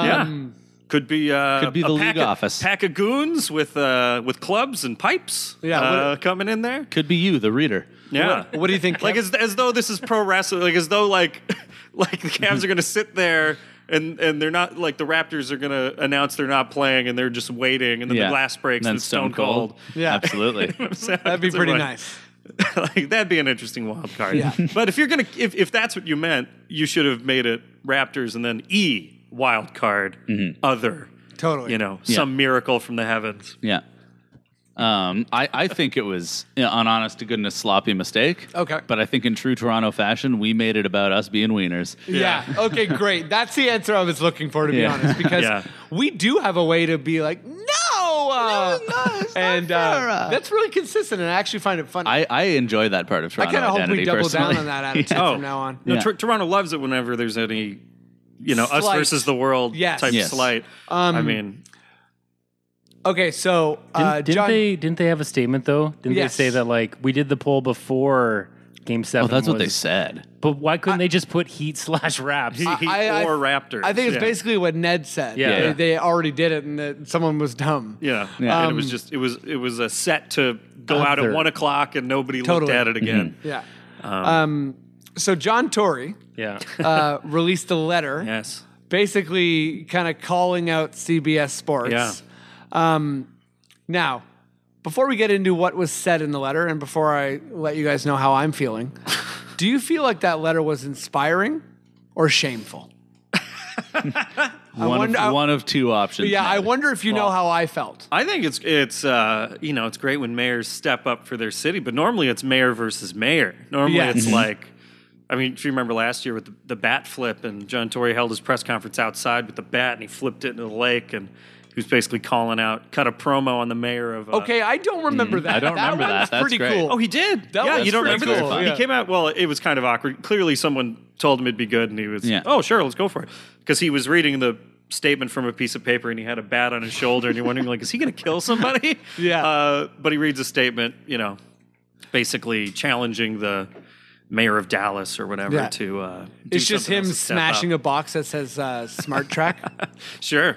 [SPEAKER 7] yeah could be uh,
[SPEAKER 5] Could be
[SPEAKER 7] a
[SPEAKER 5] the
[SPEAKER 7] pack
[SPEAKER 5] league
[SPEAKER 7] of-
[SPEAKER 5] office.
[SPEAKER 7] pack of goons with uh, with clubs and pipes
[SPEAKER 6] Yeah, what-
[SPEAKER 7] uh, coming in there
[SPEAKER 5] Could be you, the reader.
[SPEAKER 7] yeah
[SPEAKER 6] What do you think?
[SPEAKER 7] [LAUGHS] like
[SPEAKER 6] Kev?
[SPEAKER 7] as, as though this is pro wrestling like as though like [LAUGHS] like the Cavs are gonna sit there and and they're not like the Raptors are gonna announce they're not playing and they're just waiting and then the glass breaks and, it's Stone Cold, [LAUGHS]
[SPEAKER 5] [LAUGHS]
[SPEAKER 6] Yeah.
[SPEAKER 5] Absolutely.
[SPEAKER 6] [LAUGHS] That'd be pretty nice.
[SPEAKER 7] like that'd be an interesting wild card
[SPEAKER 6] Yeah.
[SPEAKER 7] [LAUGHS] but if you're gonna if, if that's what you meant you should have made it Raptors and then E wild card other
[SPEAKER 6] Totally.
[SPEAKER 7] you know some miracle from the heavens
[SPEAKER 5] Yeah. Um, I, I think it was you know, an honest to goodness sloppy mistake.
[SPEAKER 6] Okay.
[SPEAKER 5] But I think in true Toronto fashion, we made it about us being wieners.
[SPEAKER 6] Yeah. [LAUGHS] Okay, great. That's the answer I was looking for, to be
[SPEAKER 5] Yeah.
[SPEAKER 6] honest, because
[SPEAKER 7] Yeah.
[SPEAKER 6] we do have a way to be like, no, uh, [LAUGHS] and uh, that's really consistent, and I actually find it funny.
[SPEAKER 5] I, I enjoy that part of
[SPEAKER 6] I
[SPEAKER 5] Toronto
[SPEAKER 6] kind of hope
[SPEAKER 5] identity
[SPEAKER 6] we double
[SPEAKER 5] personally.
[SPEAKER 6] down on that attitude
[SPEAKER 7] Oh.
[SPEAKER 6] from now on.
[SPEAKER 7] No,
[SPEAKER 5] Yeah.
[SPEAKER 7] Tor- Toronto loves it whenever there's any, you know, us
[SPEAKER 6] Slight.
[SPEAKER 7] versus the world
[SPEAKER 6] Yes. Um,
[SPEAKER 7] type
[SPEAKER 5] Yes.
[SPEAKER 7] slight. I mean,
[SPEAKER 6] Okay, so
[SPEAKER 4] Didn't,
[SPEAKER 6] uh,
[SPEAKER 4] didn't
[SPEAKER 6] John,
[SPEAKER 4] they? Didn't they have a statement though? Didn't
[SPEAKER 6] Yes.
[SPEAKER 4] they say that like we did the poll before Game Seven?
[SPEAKER 5] Oh, that's what they
[SPEAKER 4] was-
[SPEAKER 5] said.
[SPEAKER 4] But why couldn't they just put Heat slash Raps?
[SPEAKER 7] Heat
[SPEAKER 6] I- I-
[SPEAKER 7] or Raptors.
[SPEAKER 6] I think it's
[SPEAKER 7] yeah.
[SPEAKER 6] basically what Ned said.
[SPEAKER 4] Yeah.
[SPEAKER 6] They, they already did it, and that someone was dumb.
[SPEAKER 7] Yeah,
[SPEAKER 5] Yeah.
[SPEAKER 7] and it was just it was it was a set to go out at
[SPEAKER 4] Other.
[SPEAKER 7] one o'clock, and nobody
[SPEAKER 6] Totally. Mm-hmm.
[SPEAKER 7] looked at it again.
[SPEAKER 6] Yeah. Um, so John Tory
[SPEAKER 4] yeah,
[SPEAKER 6] uh, released a letter.
[SPEAKER 7] Yes,
[SPEAKER 6] basically kind of calling out CBS Sports.
[SPEAKER 7] Yeah.
[SPEAKER 6] Um, now, before we get into what was said in the letter, and before I let you guys know how I'm feeling, do you feel like that letter was inspiring or shameful?
[SPEAKER 5] one,
[SPEAKER 6] wonder- I-
[SPEAKER 5] of, one of two options.
[SPEAKER 6] Yeah, I
[SPEAKER 5] Ned.
[SPEAKER 6] wonder if you know how I felt.
[SPEAKER 7] I think it's it's uh, you know it's great when mayors step up for their city, but normally it's mayor versus mayor. Normally
[SPEAKER 6] Yes.
[SPEAKER 7] it's like. I mean, if you remember last year with the, the bat flip, and John Tory held his press conference outside with the bat, and he flipped it into the lake, and he was basically calling out, cut a promo on the mayor of. Uh,
[SPEAKER 6] Okay, I don't remember that.
[SPEAKER 5] I don't remember
[SPEAKER 6] one's
[SPEAKER 5] that. That's
[SPEAKER 6] pretty
[SPEAKER 5] great.
[SPEAKER 6] cool.
[SPEAKER 7] Oh, he did.
[SPEAKER 6] That
[SPEAKER 7] yeah,
[SPEAKER 6] was
[SPEAKER 7] you don't
[SPEAKER 6] pretty
[SPEAKER 7] remember
[SPEAKER 6] cool,
[SPEAKER 7] that?
[SPEAKER 6] yeah.
[SPEAKER 7] He came out. Well, it was kind of awkward. Clearly, someone told him it'd be good, and he was.
[SPEAKER 5] Yeah.
[SPEAKER 7] Oh, sure, let's go for it. Because he was reading the statement from a piece of paper, and he had a bat on his shoulder, and you're wondering, like, is he going to kill somebody?
[SPEAKER 6] [LAUGHS] Yeah.
[SPEAKER 7] Uh, but he reads a statement, you know, basically challenging the mayor of Dallas or whatever
[SPEAKER 6] Yeah.
[SPEAKER 7] to. Uh, do
[SPEAKER 6] It's just
[SPEAKER 7] something
[SPEAKER 6] him
[SPEAKER 7] else to step
[SPEAKER 6] smashing
[SPEAKER 7] up.
[SPEAKER 6] a box that says uh, Smart Track. [LAUGHS]
[SPEAKER 7] Sure.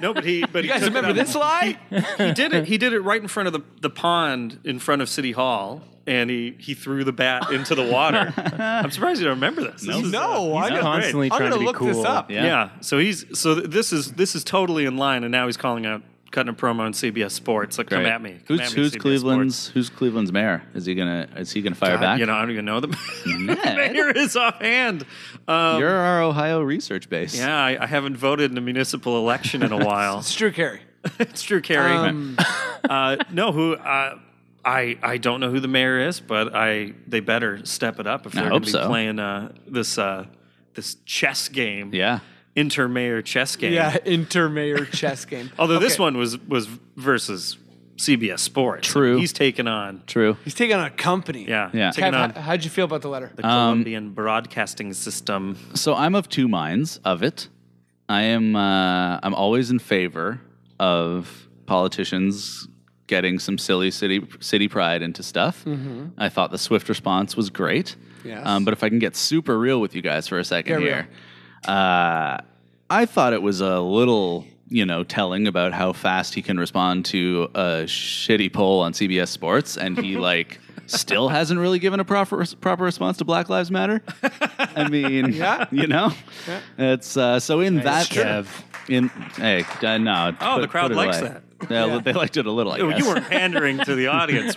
[SPEAKER 7] no, but he. But
[SPEAKER 6] you
[SPEAKER 7] he
[SPEAKER 6] guys
[SPEAKER 7] took it
[SPEAKER 6] remember [LAUGHS]
[SPEAKER 7] on-
[SPEAKER 6] this lie?
[SPEAKER 5] [LAUGHS]
[SPEAKER 7] he did it. He did it right in front of the the pond in front of City Hall, and he, he threw the bat into the
[SPEAKER 5] [LAUGHS]
[SPEAKER 7] water. I'm surprised you don't remember this. This was,
[SPEAKER 6] no,
[SPEAKER 7] uh,
[SPEAKER 6] I'm
[SPEAKER 7] he's not
[SPEAKER 6] gonna-
[SPEAKER 7] great.
[SPEAKER 4] constantly
[SPEAKER 6] I'm
[SPEAKER 4] trying
[SPEAKER 6] gonna
[SPEAKER 4] to be
[SPEAKER 6] look this
[SPEAKER 4] cool.
[SPEAKER 6] up.
[SPEAKER 7] Yeah. So he's so th- this is this is totally in line, and now he's calling out, cutting a promo on CBS Sports. Like, come
[SPEAKER 5] Right.
[SPEAKER 7] at me. Come
[SPEAKER 5] Who's,
[SPEAKER 7] at me,
[SPEAKER 5] who's
[SPEAKER 7] CBS
[SPEAKER 5] Cleveland's
[SPEAKER 7] Sports.
[SPEAKER 5] Who's Cleveland's mayor? Is he gonna Is he gonna fire back? [LAUGHS]
[SPEAKER 7] You know, I don't even know the [LAUGHS]
[SPEAKER 5] Ned?
[SPEAKER 7] mayor is offhand. Um,
[SPEAKER 5] You're our Ohio research base.
[SPEAKER 7] yeah, I, I haven't voted in a municipal election in a while.
[SPEAKER 6] It's Drew Carey.
[SPEAKER 7] it's Drew Carey.
[SPEAKER 6] Um,
[SPEAKER 7] [LAUGHS] uh, no, who uh, I I don't know who the mayor is, but I they better step it up if they're going
[SPEAKER 5] hope
[SPEAKER 7] to be
[SPEAKER 5] so.
[SPEAKER 7] playing uh, this uh, this chess game,
[SPEAKER 5] Yeah.
[SPEAKER 7] intermayor chess game.
[SPEAKER 6] yeah, [LAUGHS] intermayor chess game.
[SPEAKER 7] Although this
[SPEAKER 6] Okay.
[SPEAKER 7] one was was versus CBS Sports.
[SPEAKER 5] True.
[SPEAKER 7] He's taken on
[SPEAKER 5] True.
[SPEAKER 6] he's taking on a company.
[SPEAKER 7] yeah
[SPEAKER 5] Yeah. Um,
[SPEAKER 7] taking
[SPEAKER 6] Kev,
[SPEAKER 7] on
[SPEAKER 6] h- how'd you feel about the letter?
[SPEAKER 7] the Colombian broadcasting system.
[SPEAKER 5] So I'm of two minds of it. I am. Uh, I'm always in favor of politicians getting some silly city city pride into stuff. I thought the Swift response was great.
[SPEAKER 6] Yes.
[SPEAKER 5] Um, but if I can get super real with you guys for a second
[SPEAKER 6] Get real.
[SPEAKER 5] here, uh, I thought it was a little. You know, telling about how fast he can respond to a shitty poll on CBS Sports, and he like still hasn't really given a proper proper response to Black Lives Matter. I
[SPEAKER 7] [LAUGHS]
[SPEAKER 5] mean,
[SPEAKER 6] Yeah.
[SPEAKER 5] you know, it's uh, so in that
[SPEAKER 4] Nice, Kev.
[SPEAKER 5] in hey uh, no
[SPEAKER 7] Oh, the crowd
[SPEAKER 5] it
[SPEAKER 7] likes
[SPEAKER 5] away.
[SPEAKER 7] that.
[SPEAKER 5] Yeah, they liked it a little. I
[SPEAKER 7] Oh,
[SPEAKER 5] guess. Um,
[SPEAKER 7] You weren't pandering to the audience,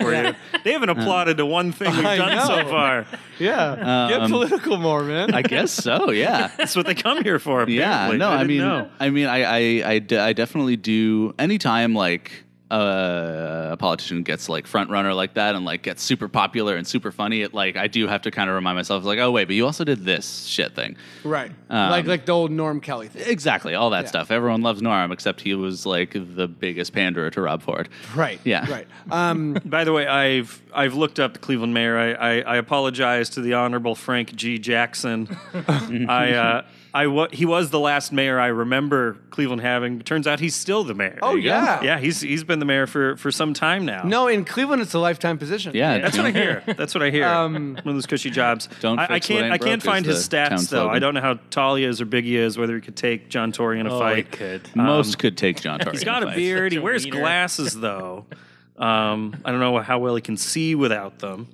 [SPEAKER 6] [LAUGHS]
[SPEAKER 7] were you? They haven't applauded to one thing we've
[SPEAKER 6] I
[SPEAKER 7] done so
[SPEAKER 6] know.
[SPEAKER 7] far.
[SPEAKER 6] Yeah, get political more,
[SPEAKER 5] [LAUGHS]
[SPEAKER 6] man.
[SPEAKER 5] I guess so. Yeah.
[SPEAKER 7] That's what [LAUGHS] they come here for.
[SPEAKER 5] Yeah,
[SPEAKER 7] apparently.
[SPEAKER 5] no, I,
[SPEAKER 7] didn't
[SPEAKER 5] mean,
[SPEAKER 7] know.
[SPEAKER 5] I mean, I, I, I, de- I definitely do. Anytime like uh, a politician gets like front runner like that and like gets super popular and super funny, it like I do have to kind of remind myself like, oh wait, but you also did this shit thing.
[SPEAKER 6] right,
[SPEAKER 5] Um,
[SPEAKER 6] like like the old Norm Kelly thing.
[SPEAKER 5] Exactly, all that
[SPEAKER 6] Yeah.
[SPEAKER 5] stuff. Everyone loves Norm, except he was like the biggest panderer to Rob Ford.
[SPEAKER 6] Right.
[SPEAKER 5] Yeah.
[SPEAKER 6] Right. Um, [LAUGHS]
[SPEAKER 7] By the way, I've I've looked up the Cleveland mayor. I I, I apologize to the Honorable Frank G. Jackson.
[SPEAKER 5] [LAUGHS]
[SPEAKER 7] I uh, I wa- he was the last mayor I remember Cleveland having. Turns out he's still the mayor.
[SPEAKER 6] oh
[SPEAKER 5] you go.
[SPEAKER 6] yeah.
[SPEAKER 7] yeah, he's he's been the mayor for for some time now.
[SPEAKER 6] No, in Cleveland, it's a lifetime position.
[SPEAKER 5] Yeah,
[SPEAKER 7] That's
[SPEAKER 5] you
[SPEAKER 7] what I
[SPEAKER 5] know?
[SPEAKER 6] [LAUGHS]
[SPEAKER 7] hear. That's what I hear.
[SPEAKER 6] Um,
[SPEAKER 7] One of those cushy jobs.
[SPEAKER 5] Don't
[SPEAKER 7] I, I
[SPEAKER 5] fix what
[SPEAKER 7] can't.
[SPEAKER 5] ain't
[SPEAKER 7] I can't
[SPEAKER 5] broke
[SPEAKER 7] find
[SPEAKER 5] is
[SPEAKER 7] his
[SPEAKER 5] the town
[SPEAKER 7] stats though. I
[SPEAKER 5] slogan.
[SPEAKER 7] don't know how tall he is or big he is. Whether he could take John Tory in a
[SPEAKER 4] Oh, I
[SPEAKER 7] fight.
[SPEAKER 4] could.
[SPEAKER 5] Most could take John Target.
[SPEAKER 7] He's got a beard. He wears
[SPEAKER 4] wiener.
[SPEAKER 7] glasses, though. Um, I don't know how well he can see without them.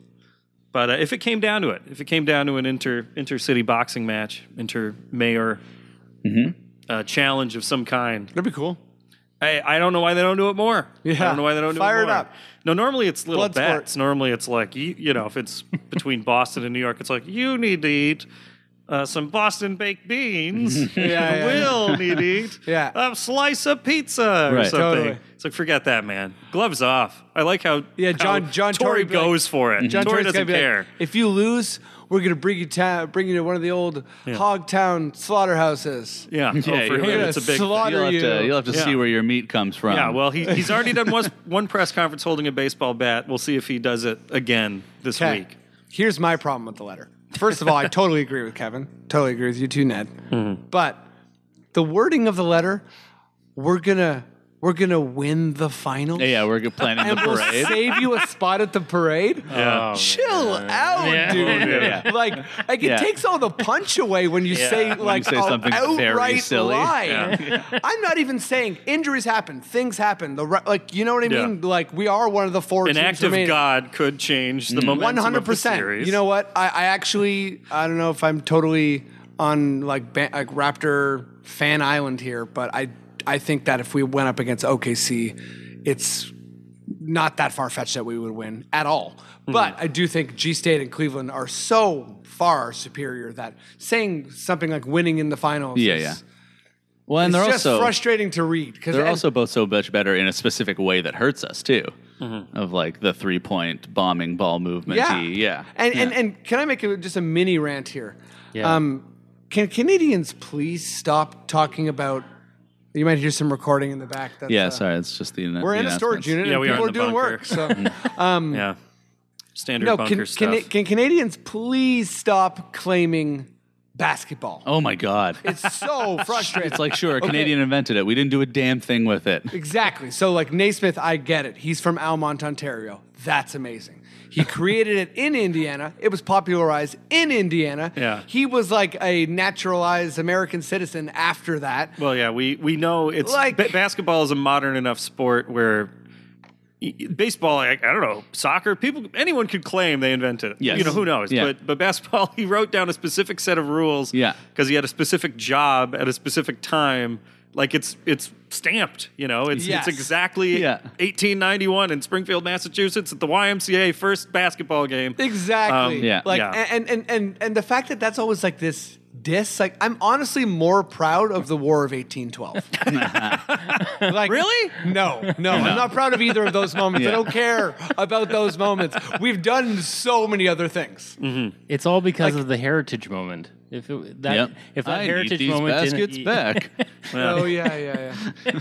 [SPEAKER 7] But uh, if it came down to it, if it came down to an inter intercity boxing match, inter mayor uh, challenge of some kind,
[SPEAKER 6] That'd be cool.
[SPEAKER 7] I, I don't know why they don't do it more. I
[SPEAKER 6] Yeah.
[SPEAKER 7] don't know why they don't do
[SPEAKER 6] Fire
[SPEAKER 7] it
[SPEAKER 6] it
[SPEAKER 7] more.
[SPEAKER 6] up.
[SPEAKER 7] No, normally it's little
[SPEAKER 6] Bloodsport.
[SPEAKER 7] bets. Normally it's like you, you know, if it's between Boston and New York, it's like you need to eat uh, some Boston baked beans.
[SPEAKER 6] [LAUGHS] yeah,
[SPEAKER 7] Will need to eat
[SPEAKER 6] [LAUGHS] Yeah.
[SPEAKER 7] a slice of pizza or
[SPEAKER 5] Right.
[SPEAKER 7] something.
[SPEAKER 6] Totally.
[SPEAKER 7] It's like forget that, man. Gloves off. I like how
[SPEAKER 6] Yeah,
[SPEAKER 7] how
[SPEAKER 6] John- John
[SPEAKER 7] Tory
[SPEAKER 6] Tory be like-
[SPEAKER 7] goes for it.
[SPEAKER 6] John
[SPEAKER 7] Tory
[SPEAKER 6] Torrey's gotta
[SPEAKER 7] doesn't
[SPEAKER 6] be like,
[SPEAKER 7] care.
[SPEAKER 6] if you lose, we're gonna bring you ta- bring you to one of the old Hogtown slaughterhouses.
[SPEAKER 5] [LAUGHS]
[SPEAKER 7] yeah, Oh,
[SPEAKER 5] you're
[SPEAKER 7] for him
[SPEAKER 5] gonna
[SPEAKER 7] it's a big. thing.
[SPEAKER 6] slaughter
[SPEAKER 5] You'll have
[SPEAKER 6] you.
[SPEAKER 5] to, you'll have to
[SPEAKER 7] Yeah.
[SPEAKER 5] see where your meat comes from.
[SPEAKER 7] Yeah, well, he, he's
[SPEAKER 6] [LAUGHS]
[SPEAKER 7] already done one, one press conference holding a baseball bat. We'll see if he does it again this
[SPEAKER 6] Okay.
[SPEAKER 7] week.
[SPEAKER 6] Here's my problem with the letter. First
[SPEAKER 5] [LAUGHS]
[SPEAKER 6] of all, I totally agree with Kevin. Totally agree with you too, Ned.
[SPEAKER 5] Mm-hmm.
[SPEAKER 6] But the wording of the letter, we're gonna we're gonna win the finals.
[SPEAKER 5] yeah, yeah, we're good planning the
[SPEAKER 6] and we'll
[SPEAKER 5] parade. Oh,
[SPEAKER 6] save you a spot at
[SPEAKER 5] [LAUGHS]
[SPEAKER 6] the parade.
[SPEAKER 4] Yeah.
[SPEAKER 6] Um, Chill out,
[SPEAKER 4] Yeah.
[SPEAKER 6] dude.
[SPEAKER 5] Yeah.
[SPEAKER 6] Like, like it
[SPEAKER 5] Yeah.
[SPEAKER 6] takes all the punch away when you say like
[SPEAKER 5] say
[SPEAKER 6] a
[SPEAKER 5] something very
[SPEAKER 6] outright
[SPEAKER 5] silly.
[SPEAKER 6] lie.
[SPEAKER 7] Yeah.
[SPEAKER 6] [LAUGHS] I'm not even saying injuries happen, things happen. The re- like, you know what I
[SPEAKER 7] Yeah.
[SPEAKER 6] mean? Like, we are one of the four.
[SPEAKER 7] An
[SPEAKER 6] teams
[SPEAKER 7] act of
[SPEAKER 6] remaining.
[SPEAKER 7] God could change the momentum
[SPEAKER 6] Mm. One hundred
[SPEAKER 7] of the
[SPEAKER 6] percent.
[SPEAKER 7] series.
[SPEAKER 6] You know what? I, I actually I don't know if I'm totally on like ba- like Raptor fan island here, but I I think that if we went up against OKC, it's not that far fetched that we would win at all.
[SPEAKER 5] Hmm.
[SPEAKER 6] But I do think G State and Cleveland are so far superior that saying something like winning in the finals,
[SPEAKER 5] Yeah,
[SPEAKER 6] is,
[SPEAKER 5] yeah. Well, and
[SPEAKER 6] it's
[SPEAKER 5] they're
[SPEAKER 6] just
[SPEAKER 5] also
[SPEAKER 6] frustrating to read because
[SPEAKER 5] they're also both so much better in a specific way that hurts us too, of like the three point bombing ball movement. Yeah, yeah.
[SPEAKER 6] And, and
[SPEAKER 5] Yeah.
[SPEAKER 6] and can I make a, just a mini rant here?
[SPEAKER 4] Yeah.
[SPEAKER 6] Um, can Canadians please stop talking about? You might hear some recording in the back. That's,
[SPEAKER 5] Yeah,
[SPEAKER 6] uh,
[SPEAKER 5] sorry, it's just the
[SPEAKER 6] We're in a storage unit.
[SPEAKER 7] Yeah,
[SPEAKER 6] and
[SPEAKER 7] we are
[SPEAKER 6] people are,
[SPEAKER 7] in the
[SPEAKER 6] doing work.
[SPEAKER 7] [LAUGHS]
[SPEAKER 6] So
[SPEAKER 7] yeah, standard
[SPEAKER 6] no,
[SPEAKER 7] bunker
[SPEAKER 6] can,
[SPEAKER 7] stuff.
[SPEAKER 6] can can Canadians please stop claiming
[SPEAKER 5] [LAUGHS]
[SPEAKER 6] basketball?
[SPEAKER 5] Oh my god,
[SPEAKER 6] It's so frustrating.
[SPEAKER 5] it's like sure, a Canadian invented it. We didn't do a damn thing with it.
[SPEAKER 6] Exactly. So like Naismith, I get it. He's from Almont, Ontario. That's amazing.
[SPEAKER 7] [LAUGHS]
[SPEAKER 6] He created it in Indiana. It was popularized in Indiana.
[SPEAKER 7] Yeah.
[SPEAKER 6] He was like a naturalized American citizen after that.
[SPEAKER 7] Well, yeah, we we know it's
[SPEAKER 6] Like-
[SPEAKER 7] ba- basketball is a modern enough sport where y- y- baseball, I, I don't know, soccer, people, anyone could claim they invented it.
[SPEAKER 5] Yes.
[SPEAKER 7] You know, who knows?
[SPEAKER 5] Yeah.
[SPEAKER 7] But, but basketball, [LAUGHS] he wrote down a specific set of rules
[SPEAKER 5] Yeah.
[SPEAKER 7] because he had a specific job at a specific time. Like it's it's stamped, you know. It's
[SPEAKER 5] Yes.
[SPEAKER 7] it's exactly
[SPEAKER 5] Yeah.
[SPEAKER 7] 1891 in Springfield, Massachusetts, at the YMCA first basketball game.
[SPEAKER 6] Exactly.
[SPEAKER 7] Um,
[SPEAKER 5] yeah.
[SPEAKER 6] Like
[SPEAKER 7] Yeah.
[SPEAKER 6] And, and and and the fact that that's always like this diss. Like I'm honestly more proud of the War of
[SPEAKER 7] [LAUGHS]
[SPEAKER 6] 1812. like
[SPEAKER 7] Really?
[SPEAKER 6] No, no, I'm not proud of either of those moments. I
[SPEAKER 5] Yeah.
[SPEAKER 6] don't care about those moments. We've done so many other things.
[SPEAKER 4] It's all because of the heritage moment. If it, that
[SPEAKER 5] Yep.
[SPEAKER 4] if that
[SPEAKER 5] I
[SPEAKER 4] heritage
[SPEAKER 5] need these
[SPEAKER 4] moment
[SPEAKER 5] baskets
[SPEAKER 4] didn't, e-, [LAUGHS]
[SPEAKER 5] back.
[SPEAKER 7] [LAUGHS]
[SPEAKER 6] Oh yeah, yeah, yeah.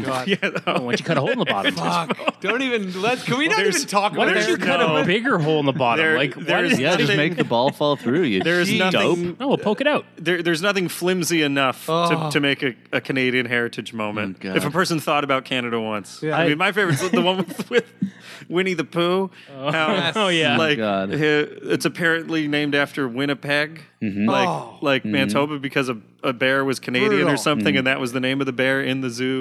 [SPEAKER 6] God.
[SPEAKER 7] Yeah,
[SPEAKER 4] why don't you cut a hole in the
[SPEAKER 7] [LAUGHS]
[SPEAKER 4] bottom?
[SPEAKER 6] Fuck. Don't even let. Can we not
[SPEAKER 7] There's-
[SPEAKER 6] even talk
[SPEAKER 4] Why
[SPEAKER 6] about
[SPEAKER 4] don't
[SPEAKER 7] There's
[SPEAKER 4] you
[SPEAKER 6] this?
[SPEAKER 4] cut
[SPEAKER 7] no-
[SPEAKER 4] a bigger hole in the bottom?
[SPEAKER 7] There-
[SPEAKER 4] like why
[SPEAKER 7] there's
[SPEAKER 4] does-
[SPEAKER 5] yeah, just
[SPEAKER 7] Nothing-
[SPEAKER 5] make the ball fall through. You
[SPEAKER 7] There is
[SPEAKER 5] cheat.
[SPEAKER 7] nothing-
[SPEAKER 4] no, we'll poke it out.
[SPEAKER 7] there, there's nothing flimsy enough
[SPEAKER 6] Oh.
[SPEAKER 7] to, to make a, a Canadian heritage moment.
[SPEAKER 5] Oh God.
[SPEAKER 7] if a person thought about Canada once,
[SPEAKER 6] Yeah.
[SPEAKER 7] I,
[SPEAKER 4] I-
[SPEAKER 7] mean, my favorite's the one with, with Winnie the Pooh.
[SPEAKER 6] [LAUGHS]
[SPEAKER 7] How,
[SPEAKER 4] Oh, yeah.
[SPEAKER 7] like
[SPEAKER 5] God.
[SPEAKER 7] hi- it's apparently named after Winnipeg,
[SPEAKER 5] Mm-hmm.
[SPEAKER 7] like
[SPEAKER 6] Oh.
[SPEAKER 7] like Manitoba, because a, a bear was Canadian
[SPEAKER 6] Brutal.
[SPEAKER 7] or something,
[SPEAKER 5] Mm-hmm.
[SPEAKER 7] and that was the name of the bear in the zoo.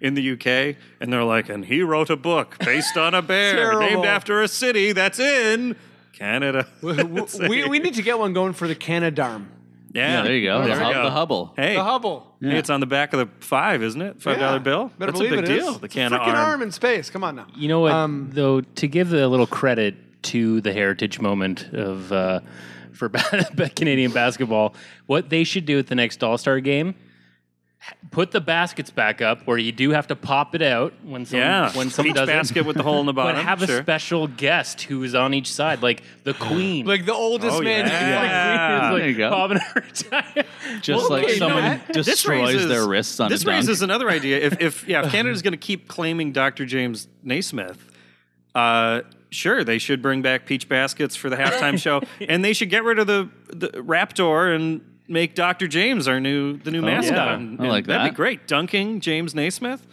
[SPEAKER 7] In the UK, and they're like, and he wrote a book based on a
[SPEAKER 6] [LAUGHS]
[SPEAKER 7] bear
[SPEAKER 6] Terrible.
[SPEAKER 7] named after a city that's in Canada.
[SPEAKER 6] [LAUGHS]
[SPEAKER 7] [LAUGHS] It's like-
[SPEAKER 6] we, we need to get one going for the Canadarm,
[SPEAKER 7] yeah,
[SPEAKER 5] Yeah, there you go.
[SPEAKER 7] There
[SPEAKER 5] the,
[SPEAKER 7] we
[SPEAKER 5] hub-
[SPEAKER 7] go.
[SPEAKER 5] the Hubble.
[SPEAKER 7] Hey,
[SPEAKER 6] the Hubble.
[SPEAKER 7] Hey, it's on the back of the five, isn't it? Five dollar
[SPEAKER 6] Yeah.
[SPEAKER 7] bill.
[SPEAKER 6] Better
[SPEAKER 7] That's a
[SPEAKER 6] believe
[SPEAKER 7] big
[SPEAKER 6] it is.
[SPEAKER 7] deal. The
[SPEAKER 6] It's a
[SPEAKER 7] can of
[SPEAKER 6] freaking
[SPEAKER 7] arm.
[SPEAKER 6] arm in space. Come on now.
[SPEAKER 4] You know what?
[SPEAKER 7] Um,
[SPEAKER 4] though to give a little credit to the heritage moment of uh, for [LAUGHS] ba- Canadian basketball, what they should do at the next All Star game, put the baskets back up where you do have to pop it out when some,
[SPEAKER 7] Yeah.
[SPEAKER 4] when some
[SPEAKER 7] each
[SPEAKER 4] does
[SPEAKER 7] basket with the hole in the
[SPEAKER 4] But
[SPEAKER 7] bottom.
[SPEAKER 4] have
[SPEAKER 7] sure.
[SPEAKER 4] a special guest who is on each side, like the queen.
[SPEAKER 6] Like the oldest
[SPEAKER 7] Oh,
[SPEAKER 6] man.
[SPEAKER 7] yeah.
[SPEAKER 4] [LAUGHS] Like,
[SPEAKER 5] There you go.
[SPEAKER 4] popping her time.
[SPEAKER 5] Just
[SPEAKER 6] Well,
[SPEAKER 5] like
[SPEAKER 6] okay,
[SPEAKER 5] someone
[SPEAKER 6] Matt,
[SPEAKER 5] [LAUGHS]
[SPEAKER 7] This
[SPEAKER 5] destroys
[SPEAKER 7] raises-
[SPEAKER 5] their wrists on
[SPEAKER 7] This
[SPEAKER 5] a dunk.
[SPEAKER 7] raises another idea. If, if
[SPEAKER 5] [LAUGHS]
[SPEAKER 7] yeah, if Canada's going to keep claiming Dr. James Naismith, uh, sure they should bring back peach baskets for the halftime
[SPEAKER 5] [LAUGHS]
[SPEAKER 7] show, and they should get rid of the, the Raptor and make Dr. James our new the new mascot.
[SPEAKER 4] yeah.
[SPEAKER 7] And-
[SPEAKER 5] Oh, I
[SPEAKER 7] and
[SPEAKER 5] like
[SPEAKER 7] That'd be
[SPEAKER 5] that.
[SPEAKER 7] great. Dunking James Naismith,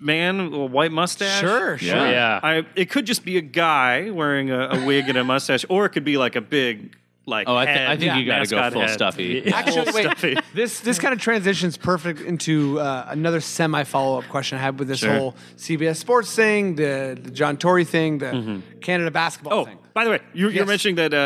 [SPEAKER 7] man, with a white mustache.
[SPEAKER 6] Sure, sure.
[SPEAKER 5] Yeah.
[SPEAKER 4] yeah.
[SPEAKER 7] I, it could just be a guy wearing a, a wig and a mustache, or it could be like a big like.
[SPEAKER 5] Oh, I, th-
[SPEAKER 7] head,
[SPEAKER 5] I think you got to go
[SPEAKER 7] mascot
[SPEAKER 5] full
[SPEAKER 7] head.
[SPEAKER 5] stuffy.
[SPEAKER 6] Actually,
[SPEAKER 7] Full stuffy.
[SPEAKER 6] wait. This this kind of transitions perfect into uh, another semi follow up question I had with this
[SPEAKER 5] Sure.
[SPEAKER 6] whole CBS Sports thing, the, the John Tory thing, the Canada basketball
[SPEAKER 7] [LAUGHS] Oh,
[SPEAKER 6] thing.
[SPEAKER 7] by the way, you, you're
[SPEAKER 6] Yes.
[SPEAKER 7] mentioning that uh,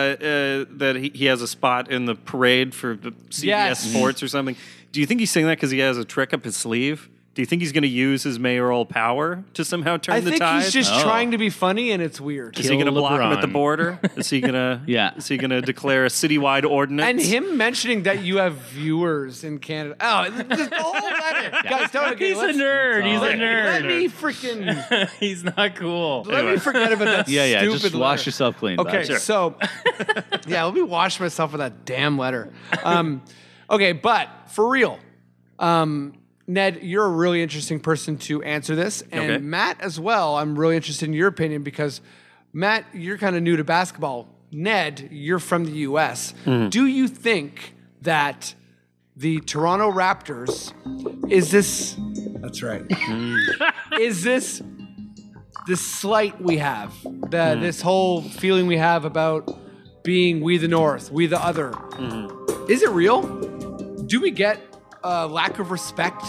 [SPEAKER 7] uh, that he, he has a spot in the parade for the CBS
[SPEAKER 6] Yes.
[SPEAKER 7] Sports or something. Do you think he's saying that because he has a trick up his sleeve? Do you think he's going to use his mayoral power to somehow turn
[SPEAKER 6] I
[SPEAKER 7] the
[SPEAKER 6] think
[SPEAKER 7] tide?
[SPEAKER 6] he's just
[SPEAKER 5] Oh.
[SPEAKER 6] trying to be funny, and it's weird.
[SPEAKER 7] is he going to
[SPEAKER 4] Kill
[SPEAKER 7] block him at the
[SPEAKER 4] LeBron.
[SPEAKER 7] border? Is he going to?
[SPEAKER 5] [LAUGHS] Yeah.
[SPEAKER 7] Is he going to declare a citywide ordinance?
[SPEAKER 6] And him mentioning that you have viewers in Canada. Oh, this whole letter. Guys, don't okay,
[SPEAKER 4] He's a
[SPEAKER 6] let's- Oh,
[SPEAKER 4] nerd. He's a
[SPEAKER 5] Let
[SPEAKER 6] Let me
[SPEAKER 4] nerd.
[SPEAKER 6] freaking.
[SPEAKER 4] [LAUGHS] He's not cool.
[SPEAKER 6] Let me
[SPEAKER 7] Anyway.
[SPEAKER 6] forget about that.
[SPEAKER 5] Yeah, yeah.
[SPEAKER 6] Stupid
[SPEAKER 5] Just wash
[SPEAKER 6] letter.
[SPEAKER 5] yourself clean.
[SPEAKER 6] Okay,
[SPEAKER 5] bud. Sure.
[SPEAKER 6] so [LAUGHS] yeah, let me wash myself with that damn letter. Um, okay, but for real, um, Ned, you're a really interesting person to answer this, and
[SPEAKER 7] Okay.
[SPEAKER 6] Matt as well. I'm really interested in your opinion because Matt, you're kind of new to basketball. Ned, you're from the U.S. Do you think that the Toronto Raptors is this? That's right. [LAUGHS] is this this slight we have, the,
[SPEAKER 7] Mm.
[SPEAKER 6] this whole feeling we have about being we the North, we the other.
[SPEAKER 7] Mm-hmm.
[SPEAKER 6] Is it real? Do we get a lack of respect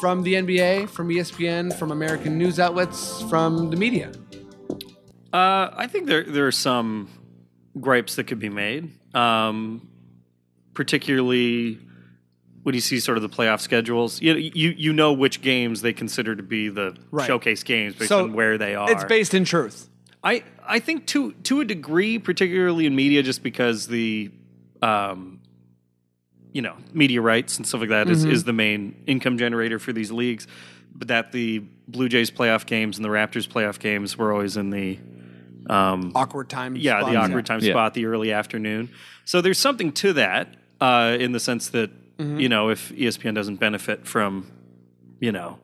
[SPEAKER 6] from the NBA, from E ESPN, from American news outlets, from the media?
[SPEAKER 7] Uh, I think there there are some gripes that could be made, um, particularly when you see sort of the playoff schedules. You you you know which games they consider to be the
[SPEAKER 6] Right.
[SPEAKER 7] showcase games based
[SPEAKER 6] So,
[SPEAKER 7] on where they are.
[SPEAKER 6] It's based in truth.
[SPEAKER 7] I I think to to a degree, particularly in media, just because the um, you know media rights and stuff like that
[SPEAKER 6] Mm-hmm.
[SPEAKER 7] is is the main income generator for these leagues. But that the Blue Jays playoff games and the Raptors playoff games were always in the um,
[SPEAKER 6] Awkward time.
[SPEAKER 7] yeah,
[SPEAKER 6] spots.
[SPEAKER 7] the awkward time
[SPEAKER 5] Yeah.
[SPEAKER 7] spot, the early afternoon. So there's something to that uh, in the sense that you know if E ESPN doesn't benefit from you know